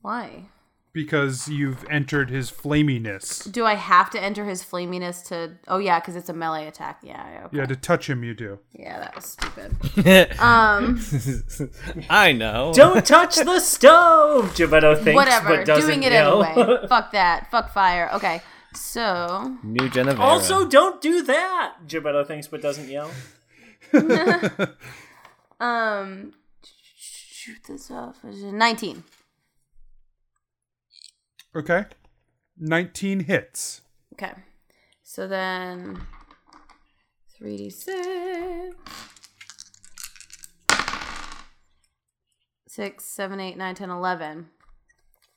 E: Why?
F: because you've entered his flaminess.
E: Do I have to enter his flaminess to? Oh yeah, because it's a melee attack. Yeah. Okay.
F: Yeah, to touch him, you do.
E: Yeah, that was stupid. um,
G: I know.
B: Don't touch the stove! Gebetto thinks,
E: whatever.
B: but doesn't
E: Doing it
B: yell.
E: anyway. Fuck that. Fuck fire. Okay. So
G: New Geneva.
B: Also, don't do that! Gebetto thinks, but doesn't yell.
E: Um, shoot this off. Nineteen.
F: Okay. 19 hits.
E: Okay. So then, three d six. Six, seven, eight, nine, ten, eleven.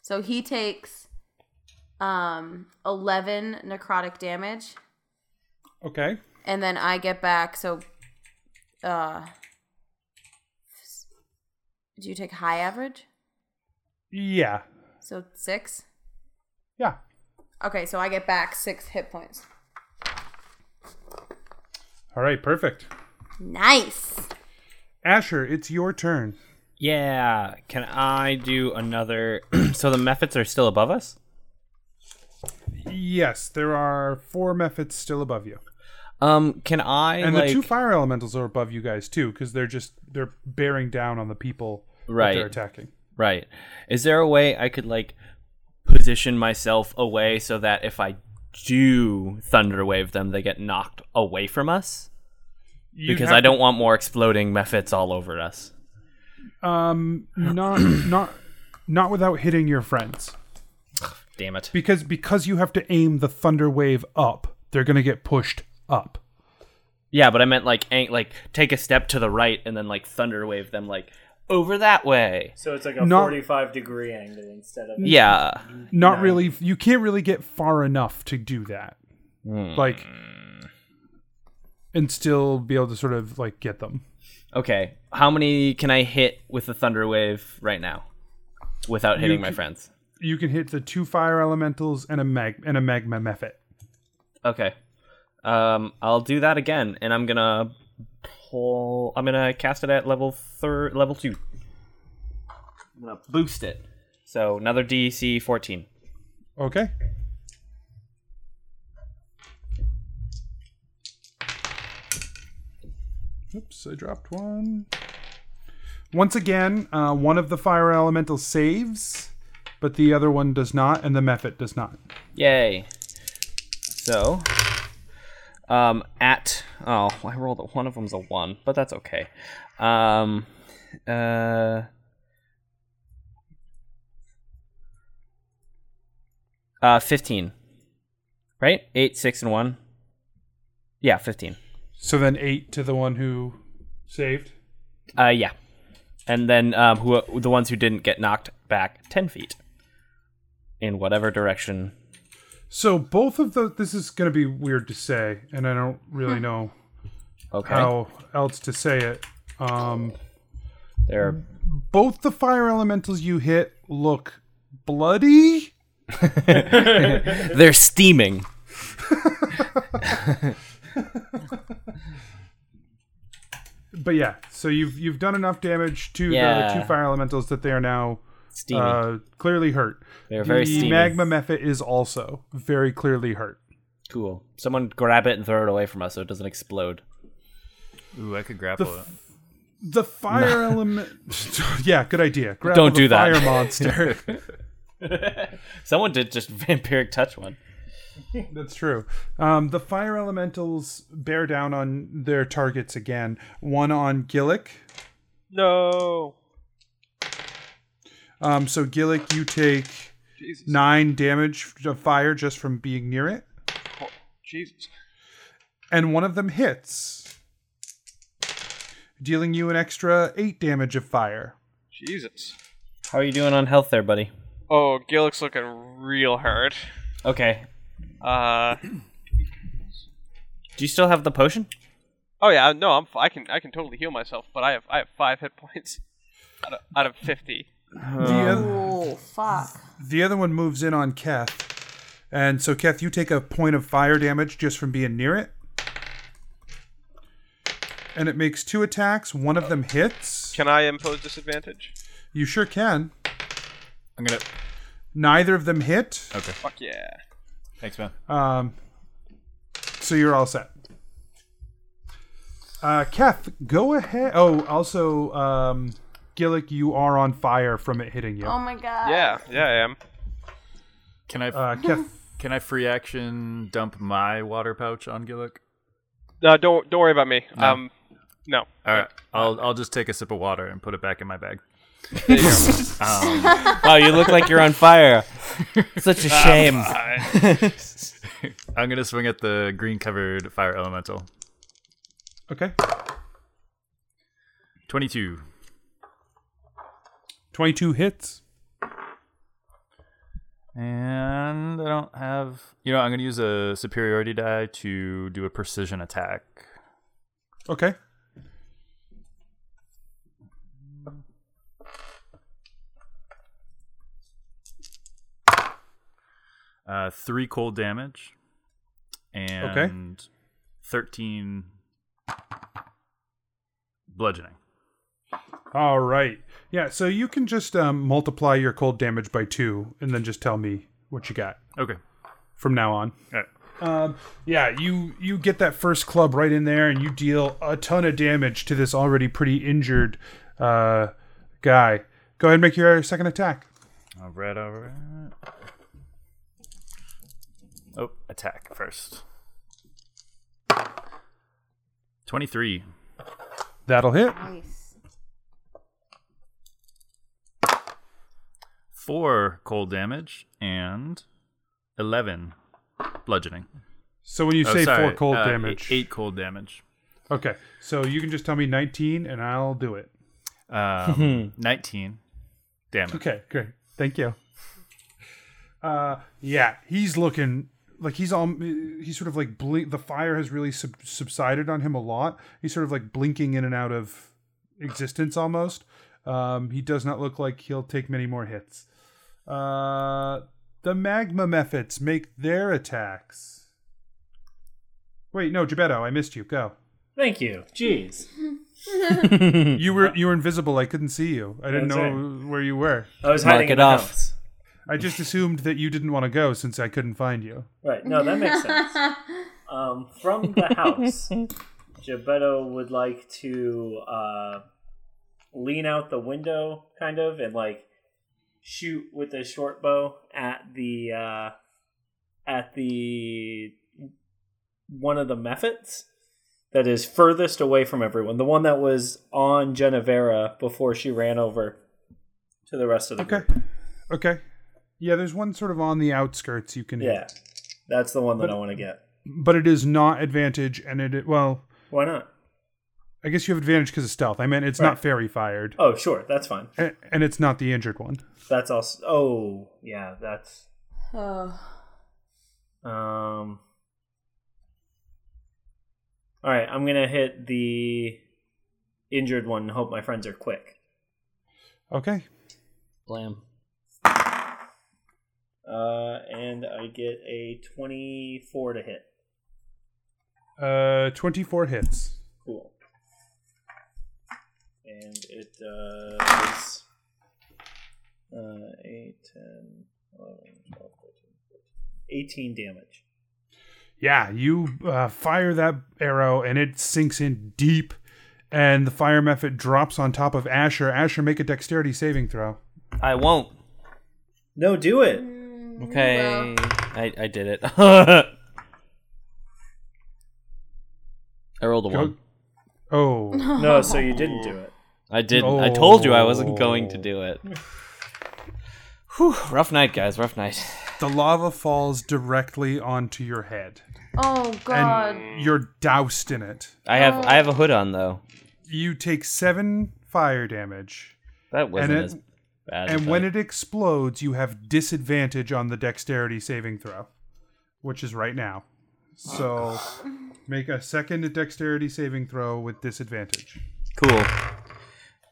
E: So he takes um eleven necrotic damage,
F: Okay.
E: and then I get back. So, uh, do you take high average?
F: Yeah.
E: So six.
F: Yeah.
E: Okay, so I get back six hit points.
F: All right, perfect.
E: Nice.
F: Asher, it's your turn.
G: yeah. Can I do another? so the Mephits are still above us.
F: Yes, there are four methods still above you.
G: Um, can I
F: And
G: like
F: the two fire elementals are above you guys too cuz they're just they're bearing down on the people that
G: Right.
F: they're attacking.
G: right? Is there a way I could like position myself away so that if I do thunder wave them, they get knocked away from us?
F: You'd
G: Because
F: have
G: I
F: to-
G: don't want more exploding Mephits all over us.
F: um not not not without hitting your friends.
G: Damn it.
F: because because you have to aim the thunder wave up they're gonna get pushed up
G: Yeah, but I meant like ang- like take a step to the right and then like thunder wave them like over that way.
B: So it's like a
F: Not-
B: 45 degree angle instead of.
G: Yeah.
F: not really you can't really get far enough to do that like and still be able to sort of like get them
G: Okay. How many can I hit with the thunder wave right now without hitting my friends?
F: you can hit the two fire elementals and a mag and a magma mephit
G: Okay. Um I'll do that again and I'm going to pull I'm going to cast it at level thir- level 2. I'm going to boost it. So another DC 14.
F: okay oops i dropped one once again uh, one of the fire elementals saves but the other one does not and the mephit does not
G: Yay. So, um, at, oh, I rolled, one of them's a one, but that's okay. Um, uh, uh, 15, right? Eight, six, and one. Yeah, 15.
F: So then eight to the one who saved.
G: Uh, yeah. And then, um, who, the ones who didn't get knocked back 10 feet in whatever direction.
F: So both of the this is going to be weird to say, and I don't
G: Hmm.
F: really know
G: Okay.
F: how else to say it. Um,
G: They're
F: both the fire elementals you hit look bloody.
G: They're steaming.
F: But yeah, so you've you've done enough damage to
G: Yeah.
F: the two fire elementals that they are now
G: Steaming.
F: uh, clearly hurt.
G: They're very
F: the
G: steamy.
F: magma mephit is also very clearly hurt.
G: Cool. Someone grab it and throw it away from us so it doesn't explode.
D: Ooh, I could grapple it.
A: The fire element. yeah, good idea. Grab
G: Don't
A: the
G: do that.
A: Fire monster.
G: Someone did just vampiric touch one.
A: That's true. Um, the fire elementals bear down on their targets again. One on Gillick.
H: No.
A: Um, so Gillick, you take
H: Jesus.
A: nine damage of fire just from being near it,
H: Cor- Jesus.
A: and one of them hits, dealing you an extra eight damage of fire.
H: Jesus.
G: How are you doing on health there, buddy?
H: Oh, Gillick's looking real hurt.
G: Okay.
H: Uh.
G: Do you still have the potion?
H: Oh yeah, no, I'm. f- I can. I can totally heal myself, but I have. I have five hit points out of, out of fifty.
A: The, oth-
E: Oh fuck!
A: the other one moves in on Keth, and so Keth, you take a point of fire damage just from being near it, and it makes two attacks. One of them hits.
H: Can I impose disadvantage?
A: You sure can.
D: I'm gonna.
A: Neither of them hit.
D: Okay.
H: Fuck yeah.
D: Thanks, man.
A: Um, so you're all set. Uh, Keth, go ahead. Oh, also, um, Gillick, you are on fire from it hitting you.
E: Oh my god!
H: Yeah, yeah, I am.
D: Can I
A: Uh, Keth,
D: can I free action dump my water pouch on Gillick?
H: No, don't don't worry about me. Um, no.
D: All right, uh, I'll I'll just take a sip of water and put it back in my bag.
H: There you go.
G: Wow, you look like you're on fire. Such a shame.
D: I'm gonna swing at the green covered fire elemental.
A: okay.
D: Twenty two.
A: 22 hits.
D: And I don't have. You know, I'm gonna use a superiority die to do a precision attack.
A: Okay.
D: Uh, three cold damage. And Thirteen. Bludgeoning.
A: All right. Yeah, so you can just um, multiply your cold damage by two and then just tell me what you got
D: Okay.
A: from now on.
D: All right.
A: Um, yeah, you you get that first club right in there, and you deal a ton of damage to this already pretty injured uh, guy. Go ahead and make your second attack.
D: All right, all right. Oh, attack first. 23.
A: That'll hit.
E: Nice.
D: 4 cold damage and 11 bludgeoning.
A: So when you
D: Oh,
A: say
D: sorry,
A: four cold
D: uh,
A: damage,
D: 8 cold damage.
A: okay. So you can just tell me nineteen, and I'll do it.
D: Um, 19 damage.
A: Okay, great. Thank you. Uh, yeah, he's looking like he's all he's sort of like blink. The fire has really sub- subsided on him a lot. He's sort of like blinking in and out of existence almost. Um, he does not look like he'll take many more hits. Uh, the magma methods make their attacks. Wait, no, Gebetto, I missed you. Go.
B: Thank you. Jeez.
A: You were you were invisible. I couldn't see you. I didn't
B: That's
A: know where you were.
B: I was
G: Mark
B: hiding
G: it
B: in the
G: off.
B: house.
A: I just assumed that you didn't want to go since I couldn't find you.
B: Right. No, that makes sense. Um, from the house, Gebetto would like to uh, lean out the window, kind of, and like shoot with a short bow at the uh, at the one of the methods that is furthest away from everyone. The one that was on Genevera before she ran over to the rest of the
A: Okay.
B: group.
A: Okay. Yeah, there's one sort of on the outskirts you can
B: Yeah,
A: hit,
B: that's the one that
A: But-
B: I want to get.
A: but it is not advantage, and it well,
B: Why not?
A: I guess you have advantage because of stealth. I meant it's
B: Right.
A: not fairy fired,
B: Oh, sure, that's fine.
A: A- and it's not the injured one.
B: That's also. Oh, yeah. That's
E: Oh.
B: um. All right, I'm gonna hit the injured one. and Hope my friends are quick.
A: Okay.
G: Blam.
B: Uh, and I get a 24 to hit.
A: Uh, twenty-four hits.
B: Cool. And it does uh, 8, 10, 11, 12, 13, 14, 18 damage.
A: Yeah, you uh, fire that arrow and it sinks in deep, and the fire method drops on top of Asher. Asher, make a dexterity saving throw.
G: I won't.
B: No, do it.
G: Okay. I, I did it. I rolled a
A: Go-
G: one.
A: Oh,
B: No, so you didn't do it.
G: I didn't. I told you I wasn't going to do it. Whew, rough night, guys. Rough night.
A: the lava falls directly onto your head,
E: Oh God.
A: and you're doused in it.
G: I have I have a hood on though.
A: You take seven fire damage.
G: That wasn't
A: it-
G: as bad.
A: and when it explodes, you have disadvantage on the dexterity saving throw, which is right now. So make a second dexterity saving throw with disadvantage.
G: cool.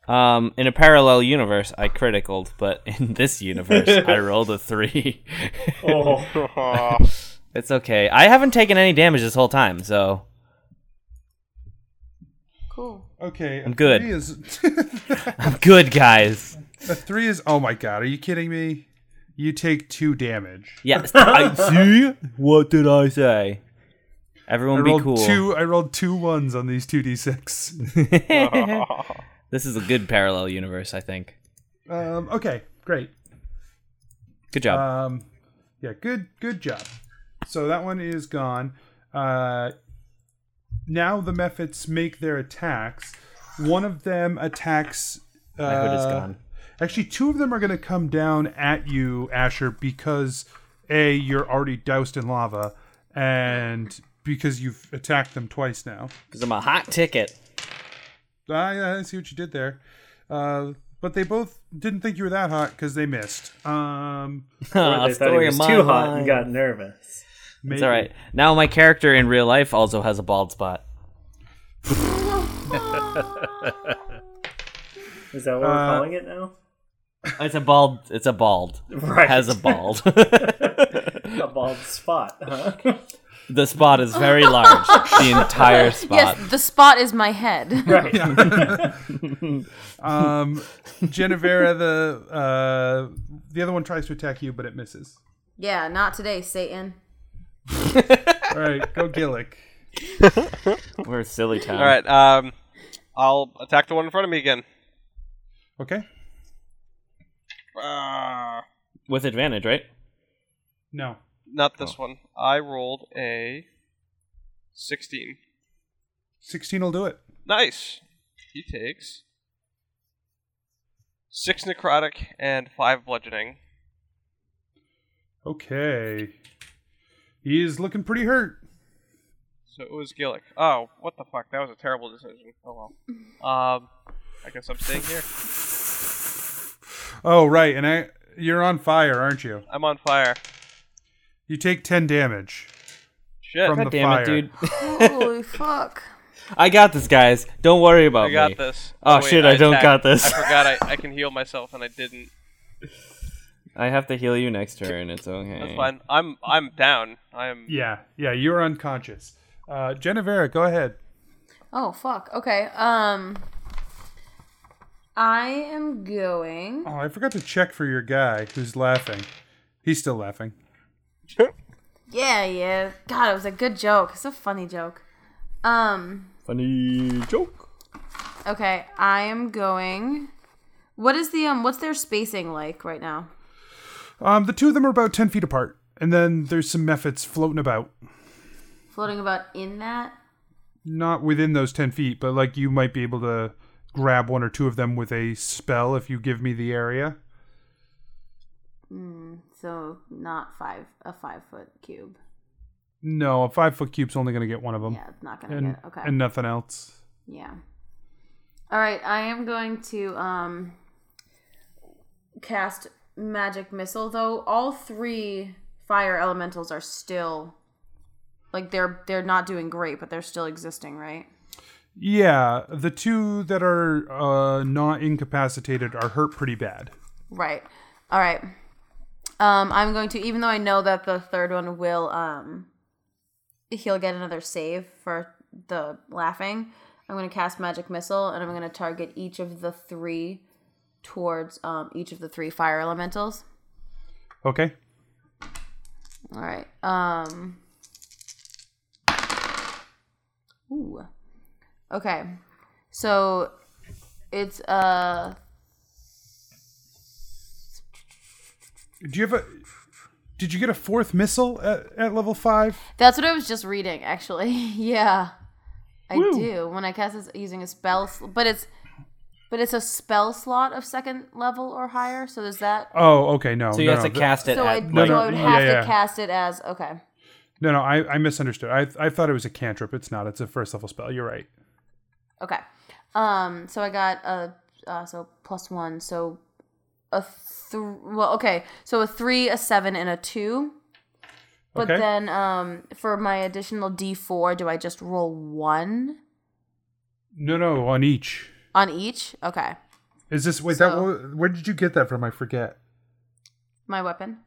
G: Um, in a parallel universe, I criticaled, but in this universe, I rolled a three.
B: Oh,
G: it's okay. I haven't taken any damage this whole time, so
E: Cool.
A: Okay, a
G: I'm good.
A: Three is,
G: I'm good, guys.
A: a three is. Oh my god, are you kidding me? You take two damage.
G: Yes. I see. What did I say? Everyone
A: I
G: be
A: rolled
G: cool.
A: two. I rolled two ones on these two d six.
G: This is a good parallel universe, I think.
A: Um, okay, great.
G: Good job.
A: Um, yeah, good, good job. So that one is gone. Uh, now the methods make their attacks. One of them attacks. Uh,
G: My hood is gone.
A: Actually, two of them are going to come down at you, Asher, because a you're already doused in lava, and because you've attacked them twice now.
G: Because I'm a hot ticket.
A: I, I see what you did there. Uh, but they both didn't think you were that hot because they missed. Um,
B: or they
G: Uh,
B: thought he was too hot and got nervous.
A: maybe.
G: It's all right. Now my character in real life also has a bald spot.
B: Is that what
A: Uh,
B: we're calling it now?
G: It's a bald. It's a bald.
B: Right.
G: Has a bald.
B: a bald spot, huh?
G: the spot is very large. The entire spot.
E: Yes, the spot is my head.
A: Um, Genevera, the uh, the other one tries to attack you, but it misses.
E: yeah, not today, Satan.
A: All right, go Gillick.
G: We're a silly town.
H: All right. Um, I'll attack the one in front of me again.
A: Okay.
H: Ah,
G: With advantage, right?
A: No.
H: not this one. I rolled a sixteen.
A: Sixteen will do it.
H: Nice. He takes six necrotic and five bludgeoning.
A: Okay. He's looking pretty hurt.
H: So it was Gillick. Oh, what the fuck? That was a terrible decision. Oh well. Um, I guess I'm staying here.
A: Oh right, and I you're on fire, aren't you?
H: I'm on fire.
A: You take ten damage.
H: Shit.
A: From
G: God
A: the
G: damn
A: fire.
G: it, dude.
E: Holy fuck.
G: I got this, guys. Don't worry about
H: I got
G: me.
H: this.
G: Oh, shit, I don't got this.
H: I forgot I, I can heal myself and I didn't.
G: I have to heal you next turn. It's okay.
H: That's fine. I'm I'm down. I'm
A: Yeah, yeah. You're unconscious. Uh, Genevera, go ahead.
E: Oh fuck. Okay. Um I am going.
A: Oh, I forgot to check for your guy who's laughing. He's still laughing.
E: Yeah, yeah. God, it was a good joke. It's a funny joke. Um
G: Funny joke.
E: okay, I am going What is the um what's their spacing like right now?
A: Um, the two of them are about ten feet apart, and then there's some methods floating about.
E: Floating about in that?
A: not within those 10 feet, but like you might be able to grab one or two of them with a spell if you give me the area.
E: So not five a five foot cube.
A: No, a five foot cube's only going to get one of them
E: Yeah, it's not gonna
A: and,
E: get okay.
A: and nothing else.
E: Yeah. All right, I am going to um cast magic missile though. All three fire elementals are still like they're they're not doing great, but they're still existing, right?
A: Yeah, the two that are uh, not incapacitated are hurt pretty bad.
E: Right. All right. Um I'm going to even though I know that the third one will um he'll get another save for the laughing. I'm going to cast magic missile and I'm going to target each of the three towards um each of the three fire elementals.
A: Okay.
E: All right. Um Ooh. Okay. So it's uh
A: Do you have a? Did you get a fourth missile at, at level five?
E: that's what I was just reading actually. yeah. I do. When I cast it's using a spell sl- but it's but it's a spell slot of second level or higher, so there's that
A: Oh, okay, no.
G: So you
A: no,
G: have
A: no,
G: to
A: th-
G: cast it
E: so I,
G: at
E: so
G: like
E: I would have
A: Yeah, yeah.
E: to cast it as okay.
A: No, no, I, I misunderstood. I I thought it was a cantrip. It's not. It's a first level spell. You're right.
E: Okay. Um. So I got a uh, so plus one. So a three. Well, okay. So a three, a seven, and a two. But
A: Okay.
E: then um for my additional D four, do I just roll one
A: No, no, on each.
E: on each? Okay.
A: Is this wait that
E: So-
A: wa- where did you get that from? I forget.
E: My weapon.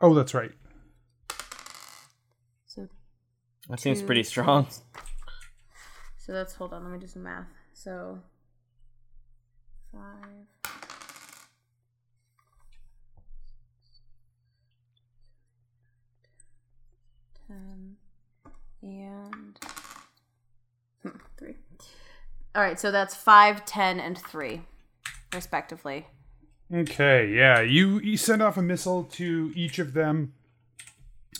A: Oh, that's right.
E: So
G: that seems
E: two.
G: pretty strong.
E: so that's hold on. Let me do some math. So five. ten, and hmm, three. All right, so that's five, ten, and three, respectively.
A: Okay, yeah. You you send off a missile to each of them.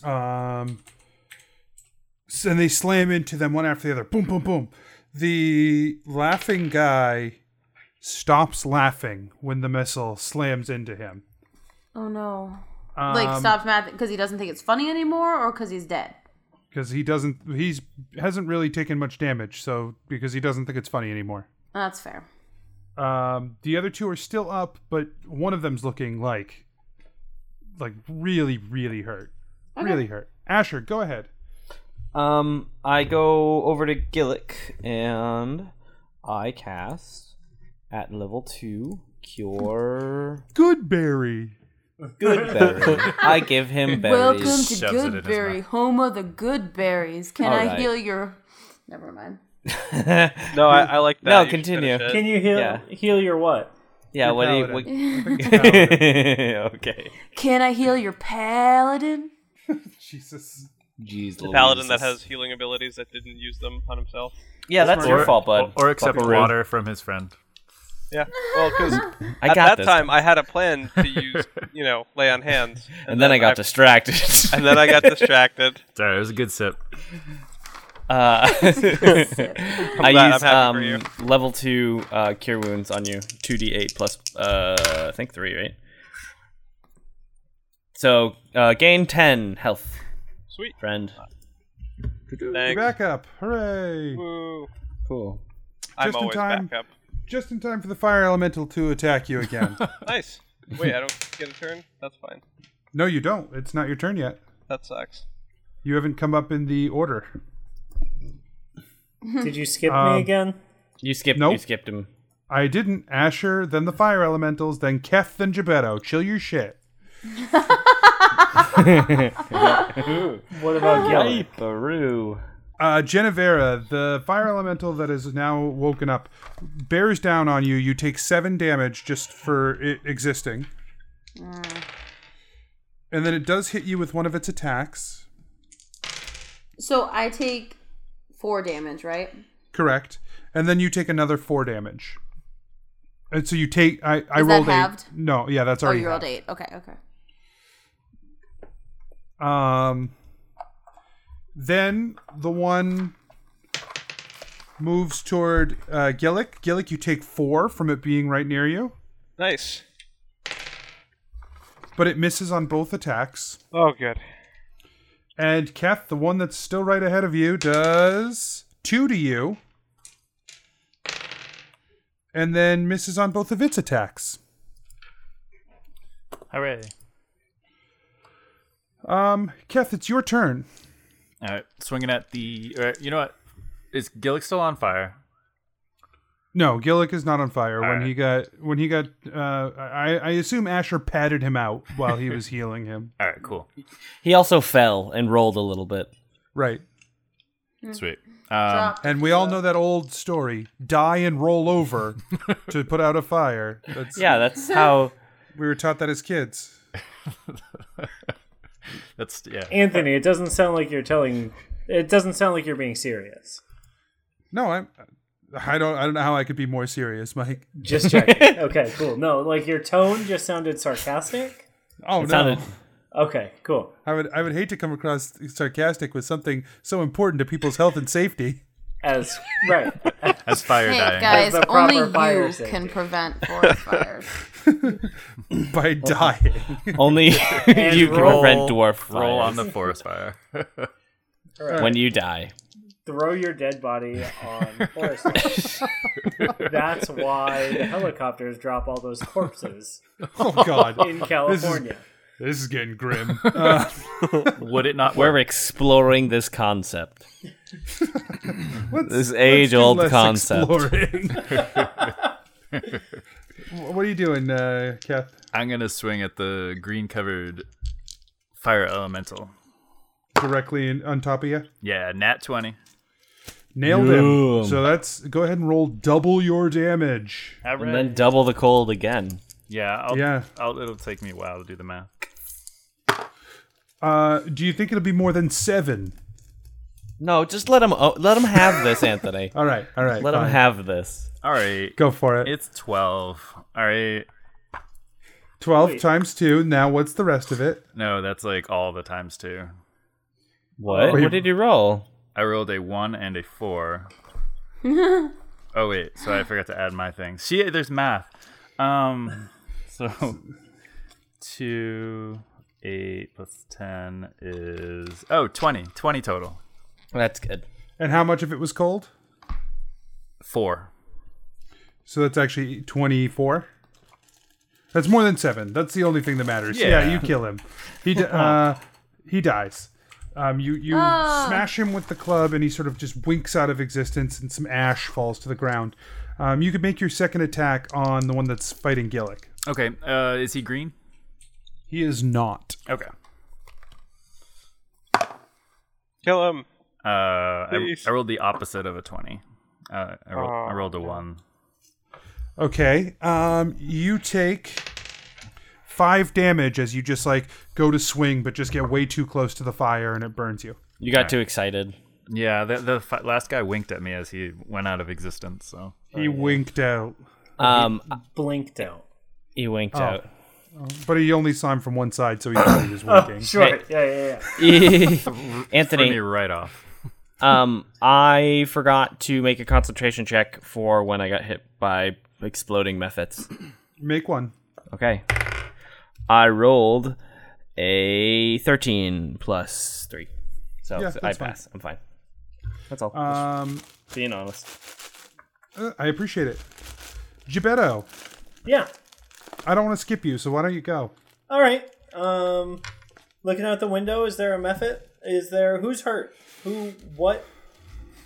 A: Um s- and they slam into them one after the other. Boom boom boom. The laughing guy stops laughing when the missile slams into him.
E: Oh no!
A: Um,
E: like stops mad because he doesn't think it's funny anymore, or because he's dead.
A: because he doesn't he's hasn't really taken much damage, so because he doesn't think it's funny anymore.
E: That's fair.
A: Um, the other two are still up, but one of them's looking like, like really, really hurt, really hurt. Asher, go ahead.
G: Um, I go over to Gillick and I cast at level two cure.
A: Good berry.
G: Good berry. I give him berries.
E: Welcome to
D: shoves it in his
E: Goodberry,
D: mouth.
E: home of the good berries. Can I
G: Alright.
E: heal your? Never mind.
H: No, I, I like that.
G: No,
H: You should
G: continue.
H: finish it.
B: Can you heal
G: Yeah.
B: heal your what?
G: yeah, what do you? What,
A: Paladin.
G: okay.
E: Can I heal your paladin?
A: Jesus.
G: Jeez,
H: The paladin that has healing abilities that didn't use them on himself.
G: yeah, that's your fault, bud.
D: Or, or accept
G: Fucking rude.
D: water from his friend.
H: Yeah. Well, because
G: I
H: at
G: got
H: that
G: this.
H: time I had a plan to use, you know, lay on hands,
G: and, then, I got distracted.
H: and then I got distracted.
D: Sorry, it was a good sip.
G: Uh, I
H: glad-
G: use
H: I'm happy
G: um, level two uh, cure wounds on you, two d eight plus uh, I think three, right? So uh, gain ten health,
H: Sweet.
G: friend.
A: You're
H: Thanks.
A: back up. Hooray.
H: Woo.
G: Cool.
H: I'm
A: Just in
H: always
A: time.
H: back up.
A: Just in time for the fire elemental to attack you again.
H: Nice. Wait, I don't get a turn. That's fine.
A: no, you don't. It's not your turn yet.
H: That sucks.
A: You haven't come up in the order.
B: Did you skip
A: Um,
B: me again?
G: You skipped. You
A: Nope.
G: skipped him.
A: I didn't. Asher, then the fire elementals, then Kef, then Gebetto. Chill your shit.
B: What about Gillick?
G: Baru.
A: Uh, Genevera, the fire elemental that is now woken up, bears down on you. You take seven damage just for i existing. And then it does hit you with one of its attacks.
E: So I take four damage, right?
A: Correct. And then you take another four damage. And so you take. I, I
E: Is that
A: rolled
E: halved?
A: eight. No, yeah, that's
E: Oh,
A: already.
E: you rolled
A: halved.
E: eight. Okay, okay.
A: Um, then the one moves toward uh, Gillick. Gillick, you take four from it being right near you.
H: Nice.
A: but it misses on both attacks.
H: Oh, good.
A: And Keth, the one that's still right ahead of you, does two to you. And then misses on both of its attacks.
D: Hooray.
A: Um, Keth, it's your turn.
D: All right, swinging at the. All right, you know what? Is Gillick still on fire?
A: No, Gillick is not on fire. when
D: right.
A: he got when he got uh I, I assume Asher patted him out while he was healing him.
D: All right, cool.
G: He also fell and rolled a little bit.
A: Right.
E: Mm.
D: Sweet. Um,
A: And we all know that old story. Die and roll over to put out a fire. That's
G: Yeah, that's how.
A: we were taught that as kids.
D: that's yeah.
B: Anthony, it doesn't sound like you're telling. It doesn't sound like you're being serious.
A: No, I'm. I don't. I don't know how I could be more serious, Mike.
B: Just checking. okay, cool. No, like your tone just sounded sarcastic.
A: Oh no,
G: sounded-
B: Okay, cool.
A: I would. I would hate to come across sarcastic with something so important to people's health and safety.
B: As right.
D: As fire
E: Hey
D: dying.
E: guys,
B: As the proper
E: only
B: fire
E: you
B: safety.
E: can prevent forest fires.
A: by dying.
G: Only you can
B: roll-
G: prevent dwarf fires
D: Roll on the forest fire.
G: when you die.
B: Throw your dead body on forest. fire. That's why the helicopters drop all those corpses
A: oh God,
B: in California.
A: this is getting grim.
D: Would it not work?
G: We're exploring this concept.
A: Let's-
G: This age-old
A: let's do less
G: concept.
A: exploring. Wh- what are you doing, uh, Kath?
D: I'm gonna swing at the green covered fire elemental.
A: Directly in, on top of you.
D: Yeah, nat twenty.
A: Nailed
G: Boom.
A: him. So that's go ahead and roll double your damage.
G: And then double the cold again.
D: Yeah, I'll,
A: Yeah.
D: I'll, it'll take me a while to do the math.
A: Uh, do you think it'll be more than seven?
G: No, just let him let him have this, Anthony.
A: All right, all right.
G: Let him
A: fine.
G: have this.
D: All right,
A: Go for it.
D: it's twelve. All right,
A: Twelve times two. Now what's the rest of it?
D: no, that's like all the times two.
G: What?
A: Wait.
G: What did you roll?
D: I rolled a one and a four. oh wait, so I forgot to add my thing. See, there's math. Um, so two, eight plus ten is oh 20. 20 total.
G: That's good.
A: And how much of it was cold?
D: Four.
A: So that's actually twenty-four. That's more than seven. That's the only thing that matters. Yeah,
D: Yeah.
A: you kill him. He d- uh, he dies. Um, you you smash him with the club, and he sort of just winks out of existence, and some ash falls to the ground. Um, you could make your second attack on the one that's fighting Gillick.
D: Okay, uh, is he green?
A: He is not.
D: Okay.
H: Kill him.
D: Uh, I,
H: Please.
D: I rolled the opposite of a twenty. Uh, I, rolled, I rolled a one.
A: Okay. Um, you take five damage as you just like go to swing, but just get way too close to the fire and it burns you.
G: You got too excited.
D: Yeah, the, the fi- last guy winked at me as he went out of existence. So
A: He winked out,
G: Um,
B: Oh, Blinked out.
G: he
A: Oh.
G: winked out.
A: but he only saw him from one side, so he thought he was winking.
B: Sure. Yeah, yeah, yeah.
D: threw me
G: Anthony,
D: right off.
G: um, I forgot to make a concentration check for when I got hit by exploding methods.
A: Make one.
G: Okay. I rolled a 13 plus 3. So
A: Yeah,
G: I
A: that's fine.
G: pass. I'm fine. That's all.
A: Um,
G: Just being honest.
A: uh, I appreciate it, Gebetto.
B: Yeah.
A: I don't want to skip you, so why don't you go?
B: All right. Um, looking out the window, is there a method? Is there who's hurt? Who? What?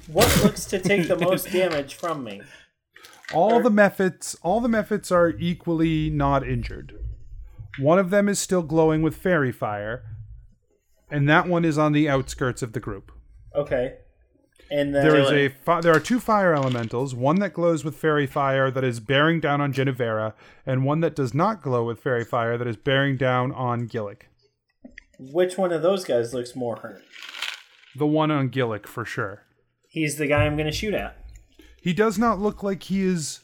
B: What looks to take the most damage from me?
A: All the methods, all the methods are equally not injured. One of them is still glowing with fairy fire, and that one is on the outskirts of the group.
B: Okay. And then
A: There is a fi- there are two fire elementals, one that glows with fairy fire that is bearing down on Genevera, and one that does not glow with fairy fire that is bearing down on Gillick.
B: which one of those guys looks more hurt?
A: The one on Gillick for sure.
B: He's the guy I'm going to shoot at.
A: He does not look like he is.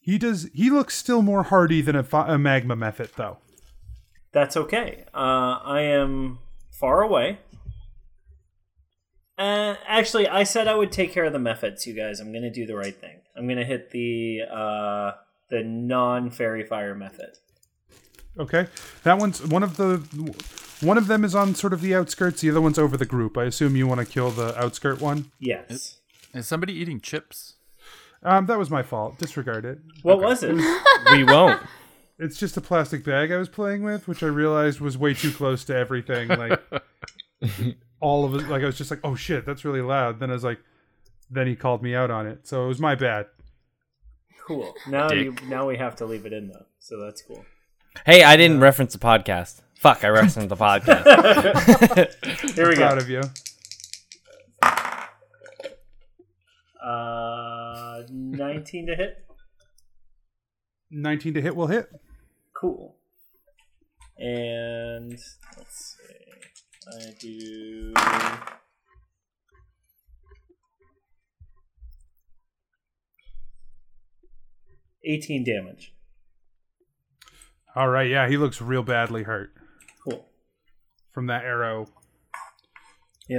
A: He does. He looks still more hardy than a, fi- a magma method, though.
B: That's okay. Uh, I am far away. Uh, actually, I said I would take care of the methods, you guys. I'm going to do the right thing. I'm going to hit the uh, the non fairy fire method.
A: Okay, that one's one of the. One of them is on sort of the outskirts. The other one's over the group. I assume you want to kill the outskirt one.
B: Yes.
D: Is somebody eating chips?
A: Um, that was my fault. Disregard it.
B: What was it?
G: We won't.
A: It's just a plastic bag I was playing with, which I realized was way too close to everything. Like all of it. Like I was just like, oh shit, that's really loud. Then I was like, then he called me out on it, so it was my bad.
B: cool. Now you, now we have to leave it in though, so that's cool.
G: Hey, I didn't reference the podcast. Fuck, I referenced the podcast.
B: Here we
A: Proud
B: go.
A: of you.
B: Uh, nineteen to hit.
A: Nineteen to hit will hit.
B: Cool. And let's see. I do 18 damage.
F: All right, yeah, he looks real badly hurt
B: Cool.
F: from that arrow.
B: Yeah.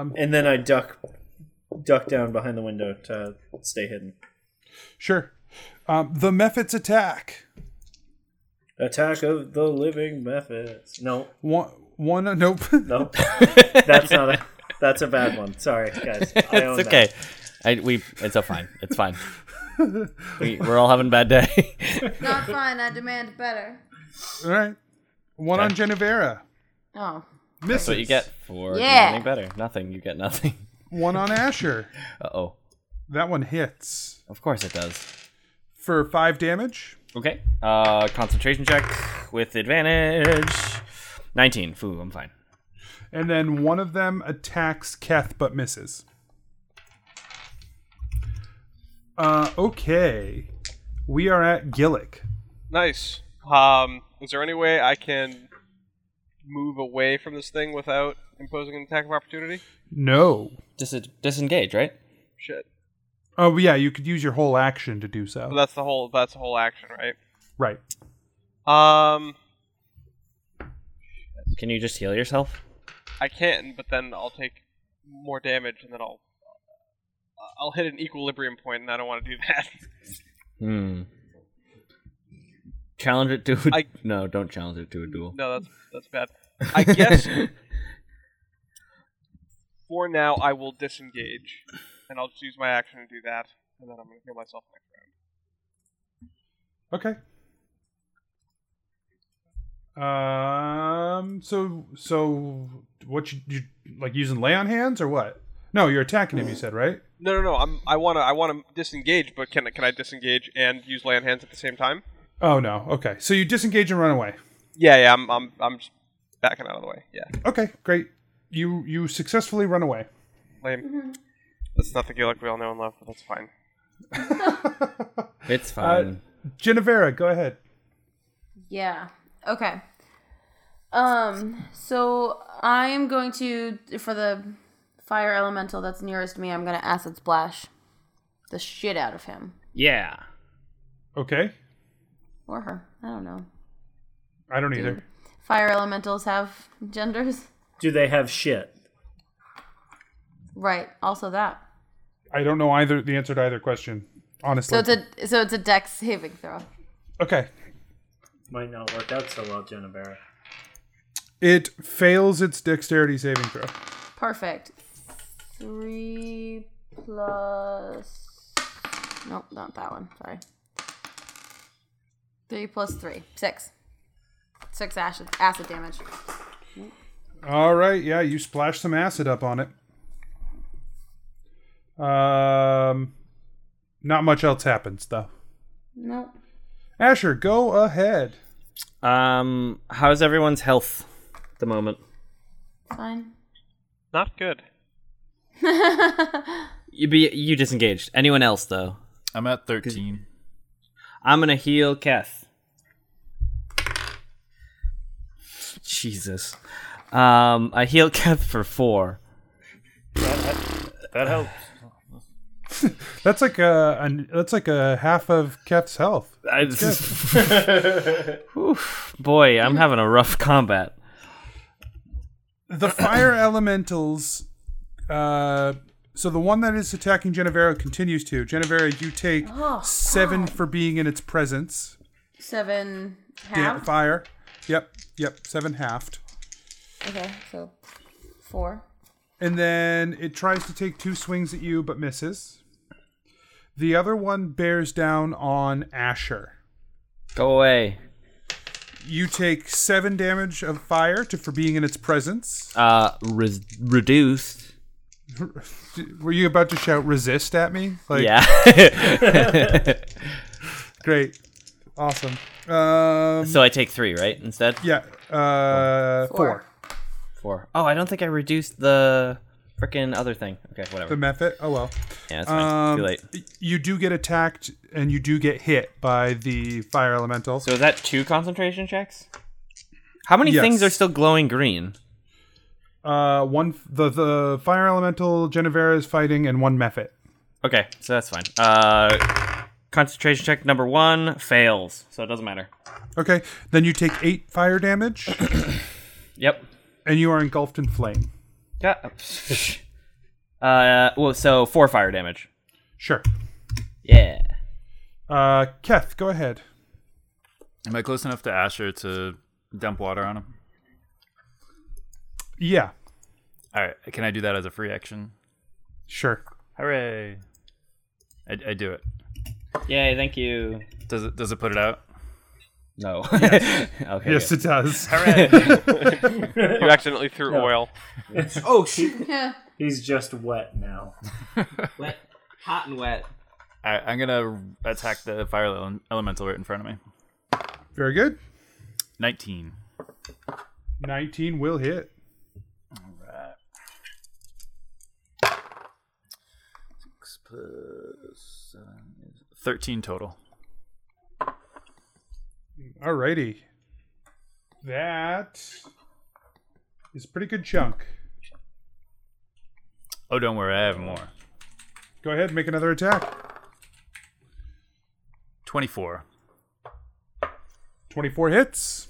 F: Um,
B: and, and then I duck duck down behind the window to stay hidden.
F: Sure. Um, the Mephits attack.
B: Attack of the living methods. No,
F: One, one Oh, nope.
B: no. that's not a that's a bad one. Sorry, guys. I own
G: it's okay. I, we it's a fine. It's fine. we, we're all having a bad day.
E: Not fine. I demand better.
F: All right. One on Genevera.
E: Oh.
F: Misses.
G: That's what you get for
E: Yeah.
G: nothing better. Nothing. You get nothing.
F: One on Asher.
G: Uh oh.
F: That one hits
G: Of course it does.
F: for five damage.
G: Okay. Uh, concentration check with advantage. Nineteen. Foo. I'm fine.
F: And then one of them attacks Keth but misses. Uh, okay. We are at Gillick.
H: Nice. Um, is there any way I can move away from this thing without imposing an attack of opportunity?
F: No.
G: Dis- disengage, right?
H: Shit.
F: Oh, yeah, you could use your whole action to do so.
H: Well, that's the whole. That's the whole action, right?
F: right.
H: Um,
G: Can you just heal yourself?
H: I can, but then I'll take more damage, and then I'll I'll hit an equilibrium point, and I don't want to do that.
G: Hmm. Challenge it to. A,
H: I-
G: no, don't challenge it to a duel.
H: no, that's that's bad. I guess for now I will disengage, and I'll just use my action to do that, and then I'm gonna heal myself next round.
F: Okay. Um. So so what you, you like using lay on hands or what? No, you're attacking him. You said right.
H: No, no, no. I'm I wanna I wanna disengage, but can I can I disengage and use lay on hands at the same time?
F: Oh no. Okay. So you disengage and run away.
H: Yeah, yeah. I'm I'm I'm just backing out of the way. Yeah,
F: Okay. Great. You you successfully run away.
H: lame. That's not the Gaelic we all know and love, but that's fine.
G: It's fine.
F: Genevera, go ahead.
E: Yeah. Okay. Um. So I am going to for the fire elemental that's nearest me. I'm gonna acid splash the shit out of him
G: yeah.
F: Okay.
E: or her. I don't know.
F: I don't either.
E: Fire elementals have genders,
B: That. Do they have shit?
E: right? Also that.
F: I don't know either the answer to either question. Honestly.
E: So it's a so it's a dex saving throw.
F: okay.
B: Might not work out so well, Genevera.
F: It fails its dexterity saving throw.
E: Perfect. Three plus. Nope, not that one. Sorry. Three plus three. Six. Six acid, acid damage.
F: All right, yeah, you splash some acid up on it. Um, not much else happens though.
E: Nope.
F: Asher, go ahead.
G: Um. How's everyone's health at the moment?
E: Fine.
H: Not good.
G: You be you disengaged. Anyone else though?
D: I'm at 13.
G: I'm gonna heal Keth. Jesus. Um, I heal Keth for four.
D: That helps.
F: That's like a, an that's like a half of Keth's health.
G: I, Oof, boy, I'm having a rough combat.
F: The fire elementals. Uh, so the one that is attacking Genevera continues to. Genevera, you take seven for being in its presence.
E: Seven
F: Damn
E: half.
F: fire. Yep, yep, seven halved.
E: Okay, so four.
F: And then it tries to take two swings at you but misses. The other one bears down on Asher.
G: Go away.
F: You take seven damage of fire to, for being in its presence.
G: Uh, re- reduced.
F: Were you about to shout resist at me? Like,
G: yeah.
F: Great. Awesome. Um,
G: so I take three, right? Instead,
F: yeah. Uh,
E: Four.
F: four.
G: four. Oh, I don't think I reduced the frickin' other thing. Okay,
F: The
G: whatever.
F: method. Oh, well.
G: Yeah, it's fine.
F: Um,
G: Too late.
F: You do get attacked and you do get hit by the fire elemental.
G: So is that two concentration checks? How many
F: Yes.
G: things are still glowing green?
F: uh, one the, the fire elemental Genevera is fighting and one method.
G: Okay, so that's fine. Uh, Concentration check number one fails, so it doesn't matter.
F: Okay, then you take eight fire damage,
G: Yep.
F: and you are engulfed in flame.
G: Yeah. uh, well, so four fire damage.
F: Sure.
G: Yeah.
F: Uh, Keth, go ahead.
D: Am I close enough to Asher to dump water on him?
F: Yeah,
D: All right. Can I do that as a free action?
F: sure.
D: Hooray! I, I do it.
G: Yay! Thank you.
D: Does it? Does it put it out?
G: No. okay.
F: Yes,
G: good.
F: it does.
H: You accidentally threw oil.
B: Oh, she,
E: Yeah.
B: he's just wet now.
G: Wet, hot and wet.
D: All right, I'm gonna attack the fire ele- elemental right in front of me.
F: Very good.
D: Nineteen.
F: 19 will hit.
D: Thirteen total.
F: Alrighty. That is a pretty good chunk.
D: Oh, don't worry, I have more.
F: Go ahead, make another attack.
D: Twenty-four.
F: 24 hits.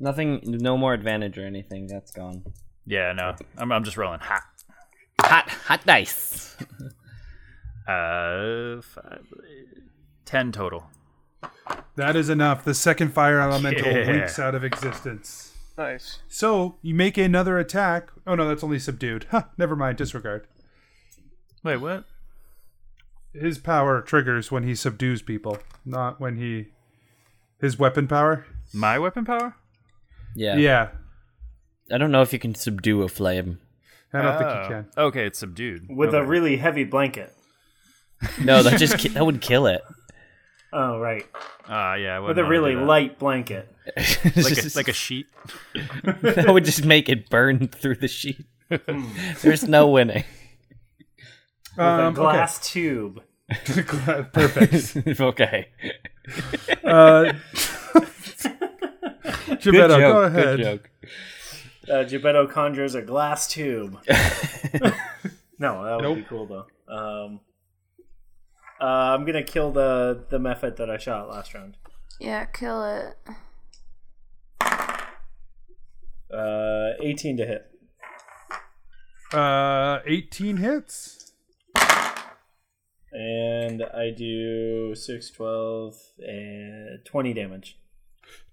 G: Nothing. No more advantage or anything. That's gone.
D: Yeah, no, I'm, I'm just rolling. Ha.
G: Hot, hot dice.
D: Uh, five, ten total.
F: That is enough. The second fire elemental
D: Yeah.
F: winks out of existence.
H: Nice.
F: So you make another attack. Oh no, that's only subdued. Huh, never mind, disregard.
D: Wait, what?
F: His power triggers when he subdues people, not when he. His weapon power?
D: My weapon power?
G: Yeah.
F: Yeah.
G: I don't know if you can subdue a flame.
F: I don't think
D: Oh.
F: he can.
D: Okay, it's subdued.
B: With
D: okay.
B: a really heavy blanket.
G: No, that just ki- that would kill it.
B: Oh, right.
D: Ah, yeah. I
B: With
D: wouldn't
B: a
D: wanna do
B: really
D: that.
B: light blanket.
D: like a, like a sheet.
G: that would just make it burn through the sheet. There's no winning.
F: Um,
B: a glass tube.
F: okay.
G: Oh.
F: Gla- Perfect.
G: okay.
F: Uh, Geppetto,
G: joke,
F: go ahead.
G: Good joke.
B: Uh, Gebetto conjures a glass tube. no, that would be cool though. Um, uh, I'm gonna kill the the method that I shot last round.
E: Yeah, kill it.
B: Uh, 18 to hit.
F: Uh, 18 hits.
B: And I do 6, 12, and 20 damage.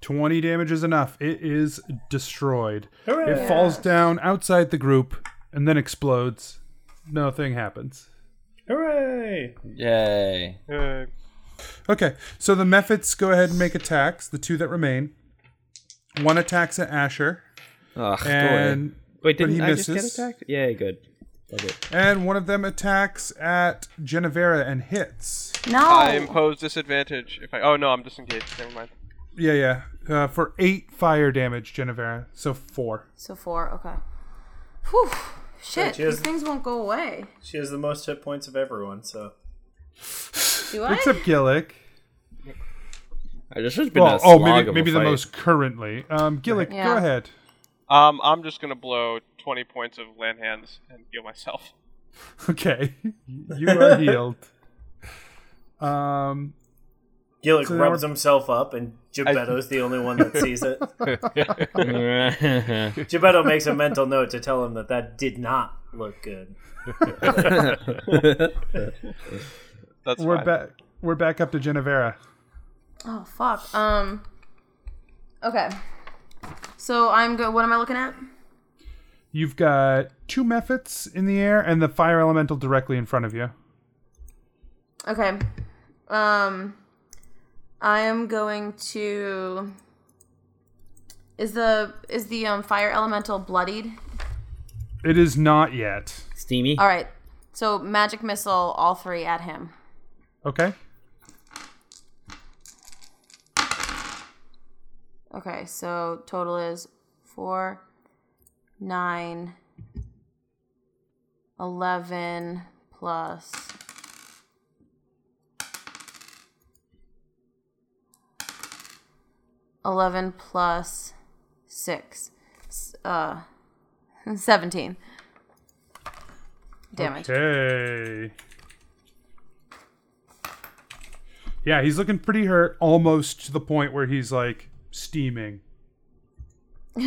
F: 20 damage is enough. It is destroyed.
B: Hooray!
F: It falls down outside the group and then explodes. Nothing happens.
B: Hooray!
G: Yay.
H: Uh,
F: Okay, so the Mephits go ahead and make attacks, the two that remain. One attacks at Asher,
G: Ugh,
F: and
G: Wait,
F: but
G: didn't
F: he
G: I just
F: misses.
G: get attacked? Yeah, good. Love it.
F: and one of them attacks at Genevera and hits.
E: No.
H: I impose disadvantage if I. Oh no, I'm disengaged. Never mind.
F: Yeah, yeah. Uh, for eight fire damage, Genevera. So four.
E: So four. Okay. Whew. Shit.
B: cheers.
E: These things won't go away.
B: She has the most hit points of everyone, so.
E: Do I?
F: Except Gillick.
G: This has been
F: Well,
G: a
F: oh,
G: slog
F: maybe
G: of
F: maybe
G: a
F: the
G: fight.
F: most currently. Um, Gillick, go
E: Yeah.
F: ahead.
H: Um, I'm just gonna blow 20 points of land hands and heal myself.
F: Okay, you are healed. Um,
B: Gillick
F: So now
B: rubs himself up, and Gebetto's the only one that sees it. Gebetto makes a mental note to tell him that that did not look good.
H: That's
F: we're
H: fine.
F: back. We're back up to Genevera.
E: Oh fuck. Um. Okay. So I'm good. What am I looking at?
F: You've got two methods in the air and the fire elemental directly in front of you.
E: Okay. Um. I am going to. Is the is the um, fire elemental bloodied?
F: It is not yet.
G: Steamy.
E: All right. So magic missile, all three at him.
F: Okay.
E: Okay, so total is four, nine, eleven plus. Eleven plus six, S- uh, seventeen damage.
F: Okay.
A: Yeah, he's looking pretty hurt, almost to the point where he's like steaming.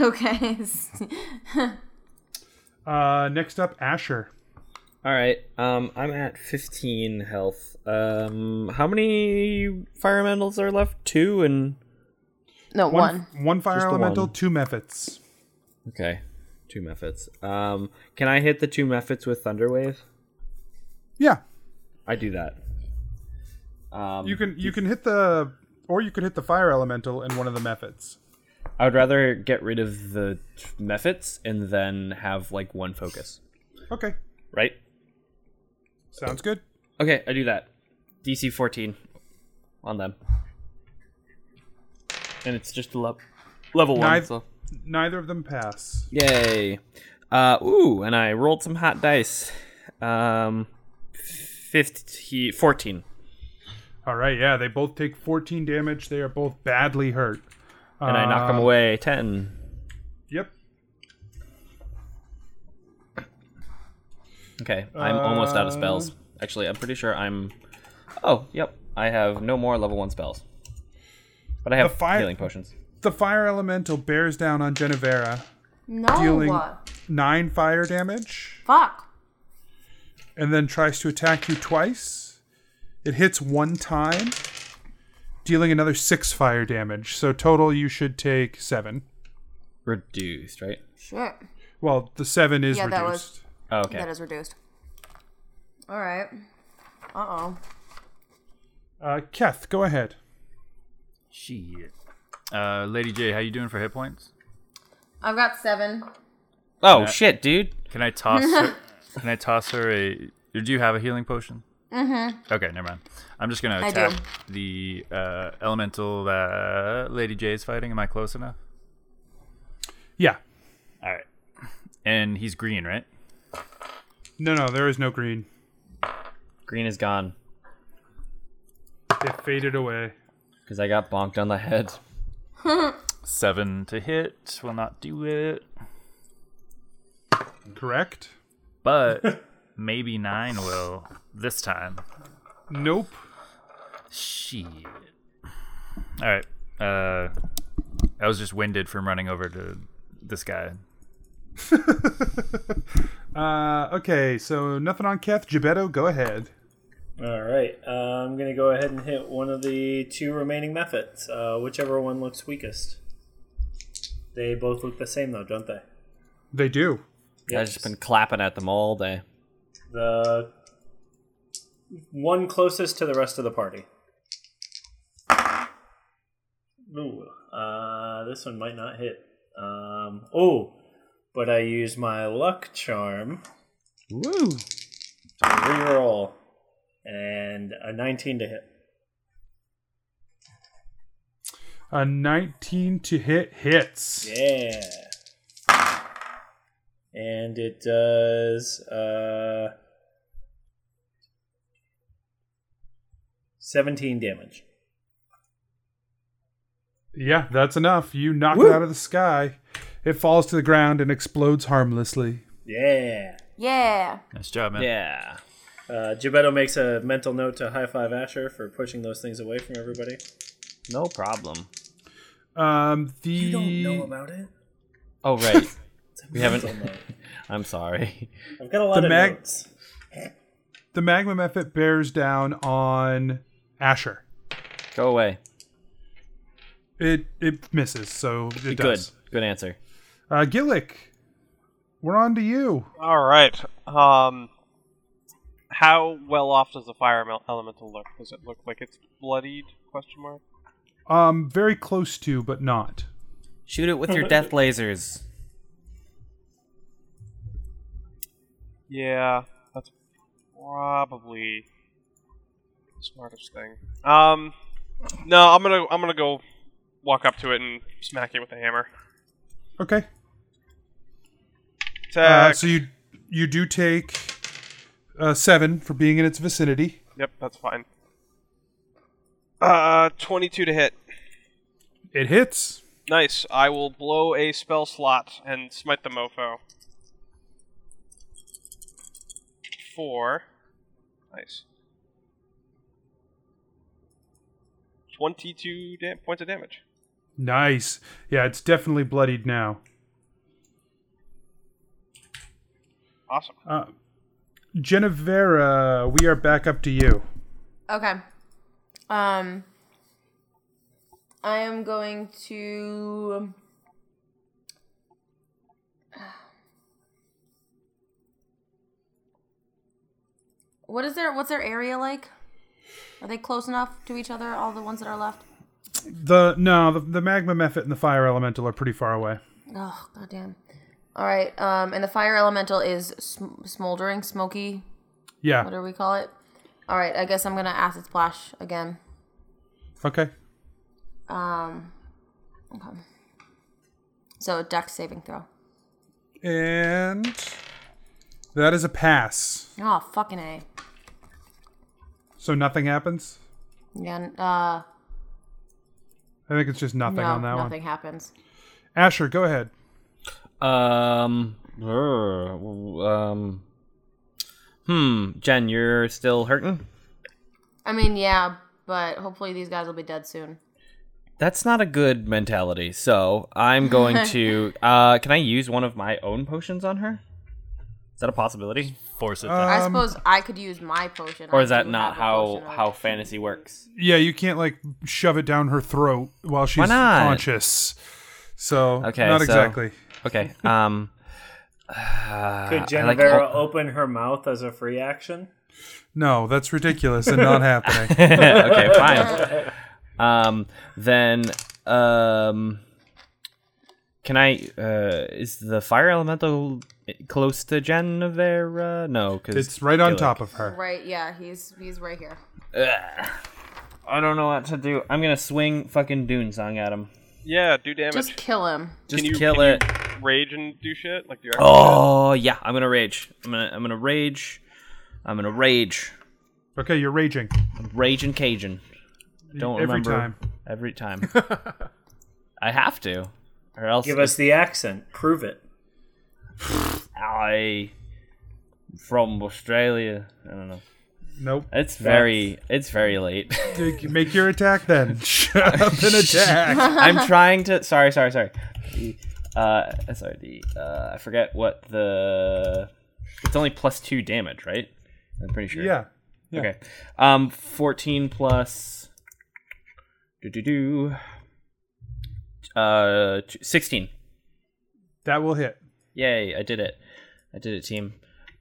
E: Okay.
A: Uh, next up, Asher.
G: All right. Um, I'm at 15 health. Um, how many fire elementals are left? Two and
E: no, one.
A: One, fire
G: Just the
A: elemental,
G: one.
A: two methods.
G: okay, two methods. Um, can I hit the two methods with thunderwave?
A: Yeah,
G: I do that. Um,
A: you can you can hit the or you could hit the fire elemental in one of the methods.
G: I would rather get rid of the t- methods and then have like one focus,
A: Okay,
G: right?
A: sounds good.
G: Okay, I do that. DC 14 on them, and it's just a le- level one.
A: Neith-
G: so-
A: Neither of them pass.
G: Yay. Uh, ooh, and I rolled some hot dice. Um, 15, 14.
A: All right, yeah, they both take 14 damage. They are both badly hurt.
G: And I knock them away. 10.
A: Yep.
G: Okay, I'm almost out of spells. Actually, I'm pretty sure I'm. Oh, yep. I have no more level 1 spells. But I have
A: The fire-
G: healing potions.
A: The fire elemental bears down on Genevera.
E: no.
A: Dealing- Nine fire damage,
E: Fuck.
A: and then tries to attack you twice. It hits one time, dealing another six fire damage. So total, you should take seven.
G: Reduced, right?
E: Shit.
A: Well, the seven is
E: Yeah,
A: reduced.
E: that was-
G: Oh, okay.
E: That is reduced. All right. Uh oh.
A: Uh, Keth, go ahead.
D: Shit. Uh, Lady J, how you doing for hit points?
E: I've got seven.
G: oh, shit, dude.
D: Can I toss her? can I toss her a? or Do you have a healing potion? Mm-hmm. Okay, never mind. I'm just gonna
E: I
D: attack the uh, elemental that Lady J is fighting. Am I close enough?
A: Yeah.
D: All right. And he's green, right?
A: No, no, there is no green.
G: Green is gone
A: It faded away.
G: because I got bonked on the head.
D: Seven to hit will not do it,
A: Correct?
D: but maybe nine will this time.
A: Nope.
D: Shit. All right. Uh, I was just winded from running over to this guy.
A: Uh, okay, so nothing on Keth. Gebetto, go ahead.
B: All right, uh, I'm gonna go ahead and hit one of the two remaining methods, uh, whichever one looks weakest. They both look the same though, don't they?
A: They do.
G: I've just been clapping at them all day.
B: the one closest to the rest of the party. Ooh, uh, this one might not hit. Um, oh, but I use my luck charm
G: Woo.
B: to reroll, and a 19 to hit.
A: A 19 to hit hits.
B: Yeah. And it does uh, 17 damage.
A: Yeah, that's enough. You knock it out of the sky. It falls to the ground and explodes harmlessly.
B: Yeah.
E: Yeah.
D: Nice job, man.
G: Yeah.
B: Uh, Gebetto makes a mental note to high five Asher for pushing those things away from everybody.
G: No problem.
A: Um, the
B: about it.
G: Oh, right. we haven't.
B: Mental note.
G: I'm sorry.
B: I've got a lot
A: The
B: of
A: mag-
B: notes.
A: the magma method bears down on Asher.
G: Go away.
A: It it misses, so it
G: Good.
A: does.
G: Good answer.
A: Uh, Gillick, we're on to you.
H: All right. Um, how well off does the fire mel- elemental look? Does it look like it's bloodied? Question mark.
A: Um, very close to, but not.
G: Shoot it with your death lasers.
H: Yeah, that's probably the smartest thing. Um, no, I'm gonna I'm gonna go walk up to it and smack it with a hammer.
A: Okay.
H: Attack.
A: Uh, so you you do take uh, seven for being in its vicinity.
H: Yep, that's fine. Uh, 22 to hit.
A: It hits.
H: Nice. I will blow a spell slot and smite the mofo. Four. Nice. 22 da- points of damage.
F: Nice. Yeah, it's definitely bloodied now.
H: Awesome.
F: Uh, Genevera, we are back up to you.
E: Okay. Um I am going to What is their what's their area like? Are they close enough to each other all the ones that are left?
F: The no, the, the magma mephit and the fire elemental are pretty far away.
E: Oh, goddamn. All right. Um and the fire elemental is sm- smoldering, smoky,
F: Yeah.
E: whatever we call it. All right, I guess I'm going to acid splash again.
F: Okay.
E: Um, okay. So dex saving throw.
F: And that is a pass.
E: Oh fucking a.
F: So nothing happens.
E: Yeah. n- Uh,
F: I think it's just nothing
E: no,
F: on that
E: nothing
F: one.
E: happens.
F: Asher, go ahead.
G: Um. uh, Um. Hmm. Jen, you're still hurting.
E: I mean, yeah, but hopefully these guys will be dead soon.
G: That's not a good mentality. So I'm going to. Uh, can I use one of my own potions on her? Is that a possibility,
D: Force it.
F: Uh,
E: I
F: Um,
E: suppose I could use my potion.
G: or
E: I
G: is that
E: do
G: not
E: have a
G: how
E: potion of-
G: how fantasy works?
F: Yeah, you can't like shove it down her throat while she's
G: not?
F: conscious. So
G: Okay,
F: not
G: so-
F: exactly.
G: Okay. Um. uh,
B: Could
G: I like-
B: Genevera open her mouth as a free action?
F: No, that's ridiculous and not happening.
G: okay, fine. Um, then um, can I? Uh, is the fire elemental close to Genevera? No, because
F: It's right on top of her.
E: Right. Yeah. He's he's right here.
G: I don't know what to do. I'm gonna swing fucking Dune Song at him.
H: Yeah, do damage.
E: Just kill him.
G: Just
H: Can you-
G: kill
H: can you-
G: it.
H: Rage and do shit. Like do you
G: Oh yeah, I'm gonna rage. I'm gonna I'm gonna rage. I'm gonna rage.
F: Okay, you're raging
G: Rage and Cajun. Don't
F: every
G: remember
F: time.
G: every time. I have to, or else
B: Give us the accent. Prove it.
G: I from Australia. I don't know.
F: Nope.
G: It's very it's very late.
F: Dig- Make your attack then. Shut up and attack.
G: I'm trying to sorry, sorry, sorry. Uh sorry, the uh I forget what the it's only plus two damage, right? I'm pretty sure.
F: yeah. yeah.
G: Okay. Um fourteen plus do do do uh t- sixteen.
F: That will hit.
G: Yay, I did it. I did it, team.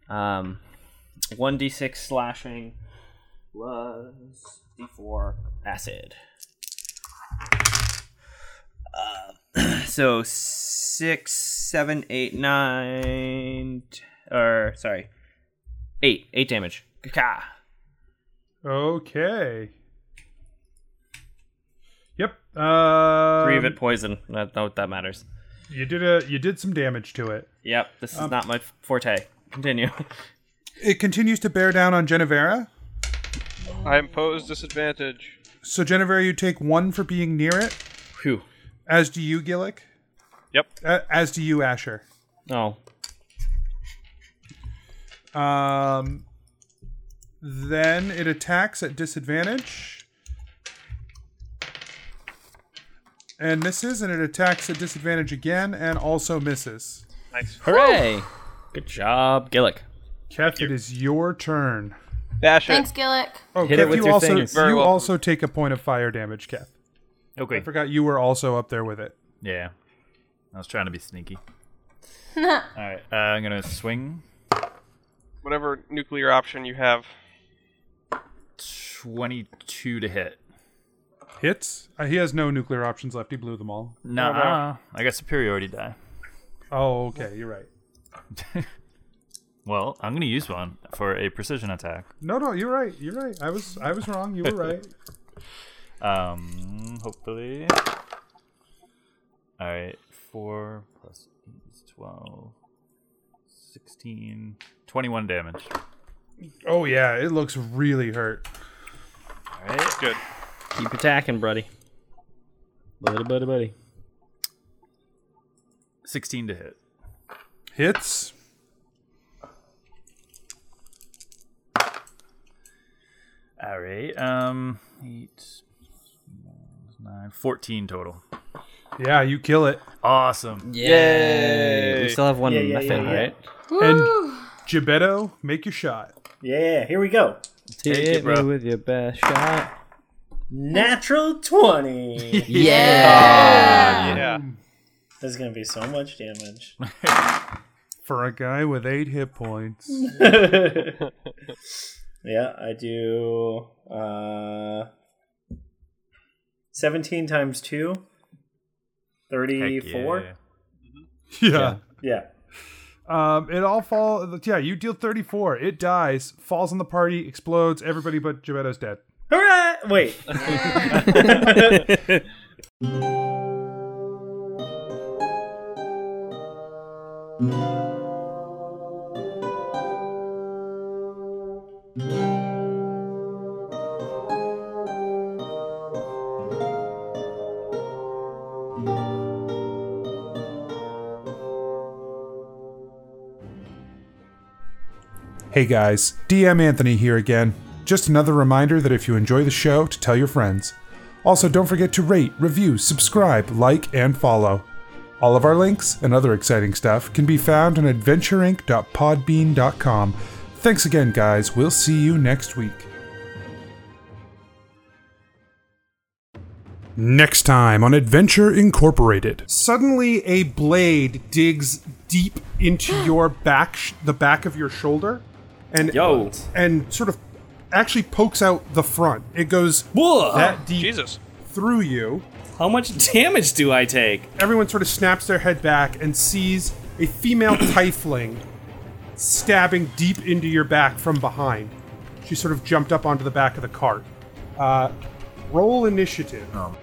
G: Um, 1d6 slashing plus d4 acid. Uh, so six, seven, eight, nine, t- or sorry, 8. 8 damage. Ka.
F: Okay. Yep. Um,
G: 3 of it poison. Not, not what that matters.
F: You did a you did some damage to it.
G: Yep, this is not my forte. Continue.
F: It continues to bear down on Genevera.
H: have- I impose disadvantage.
F: So Genevera, you take one for being near it.
G: Whew.
F: As do you, Gillick.
H: Yep.
F: A- As do you, Asher.
G: Oh.
F: Um, then it attacks at disadvantage. And misses, and it attacks at disadvantage again, and also misses.
G: Hooray! Good job, Gillick.
F: Kef, it is your turn.
H: Dash it.
E: Thanks, Gillick.
F: Oh,
G: Hit it with
F: you
G: your
F: also
G: fingers.
H: Very
F: you
H: welcome.
F: also take a point of fire damage, Kef.
D: okay.
F: I forgot you were also up there with it.
D: Yeah. I was trying to be sneaky. All right. Uh, I'm gonna swing
H: Whatever nuclear option you have.
D: 22 to hit.
F: Hits. Uh, he has no nuclear options left. He blew them all.
D: Nah, I got superiority die.
F: Oh, okay. You're right.
D: Well, I'm gonna use one for a precision attack.
F: No, no, you're right. You're right. I was, I was wrong. You were right.
D: Um, hopefully. All right, four plus eight is 12, 16, 21 damage.
F: Oh yeah, it looks really hurt.
D: All right,
H: Good.
G: Keep attacking, buddy. Buddy, buddy, buddy.
D: 16 to hit.
F: Hits.
D: All right, um, eight, nine, nine, 14 total.
A: Yeah, you kill it.
D: Awesome.
G: Yay! We still have one
B: Yeah, yeah,
G: method,
B: yeah, yeah.
G: right?
A: And Gibetto, make your shot.
B: Yeah, here we go.
G: Take
D: it, bro.
G: with your best shot.
B: Natural 20.
G: Yeah.
H: Yeah.
B: There's going to be so much damage.
A: For a guy with eight hit points.
B: yeah, I do uh 17 times 2
D: Heck
B: 34.
D: yeah.
A: Yeah.
B: yeah.
A: Um, it all fall. Yeah, you deal 34. It dies, falls on the party, explodes. Everybody but Gibetto's dead.
B: Hooray! Wait.
A: Hey guys, DM Anthony here again. Just another reminder that if you enjoy the show, to tell your friends. Also, don't forget to rate, review, subscribe, like, and follow. All of our links and other exciting stuff can be found on adventureinc.podbean.com. Thanks again, guys. We'll see you next week. Next time on Adventure Incorporated. Suddenly, a blade digs deep into your back, sh- the back of your shoulder, and
C: Yo.
A: and sort of actually pokes out the front. It goes
J: Whoa!
A: that deep
H: Jesus.
A: through you.
J: How much damage do I take?
A: Everyone sort of snaps their head back and sees a female tiefling stabbing deep into your back from behind. She sort of jumped up onto the back of the cart. Uh, roll initiative.
D: Oh,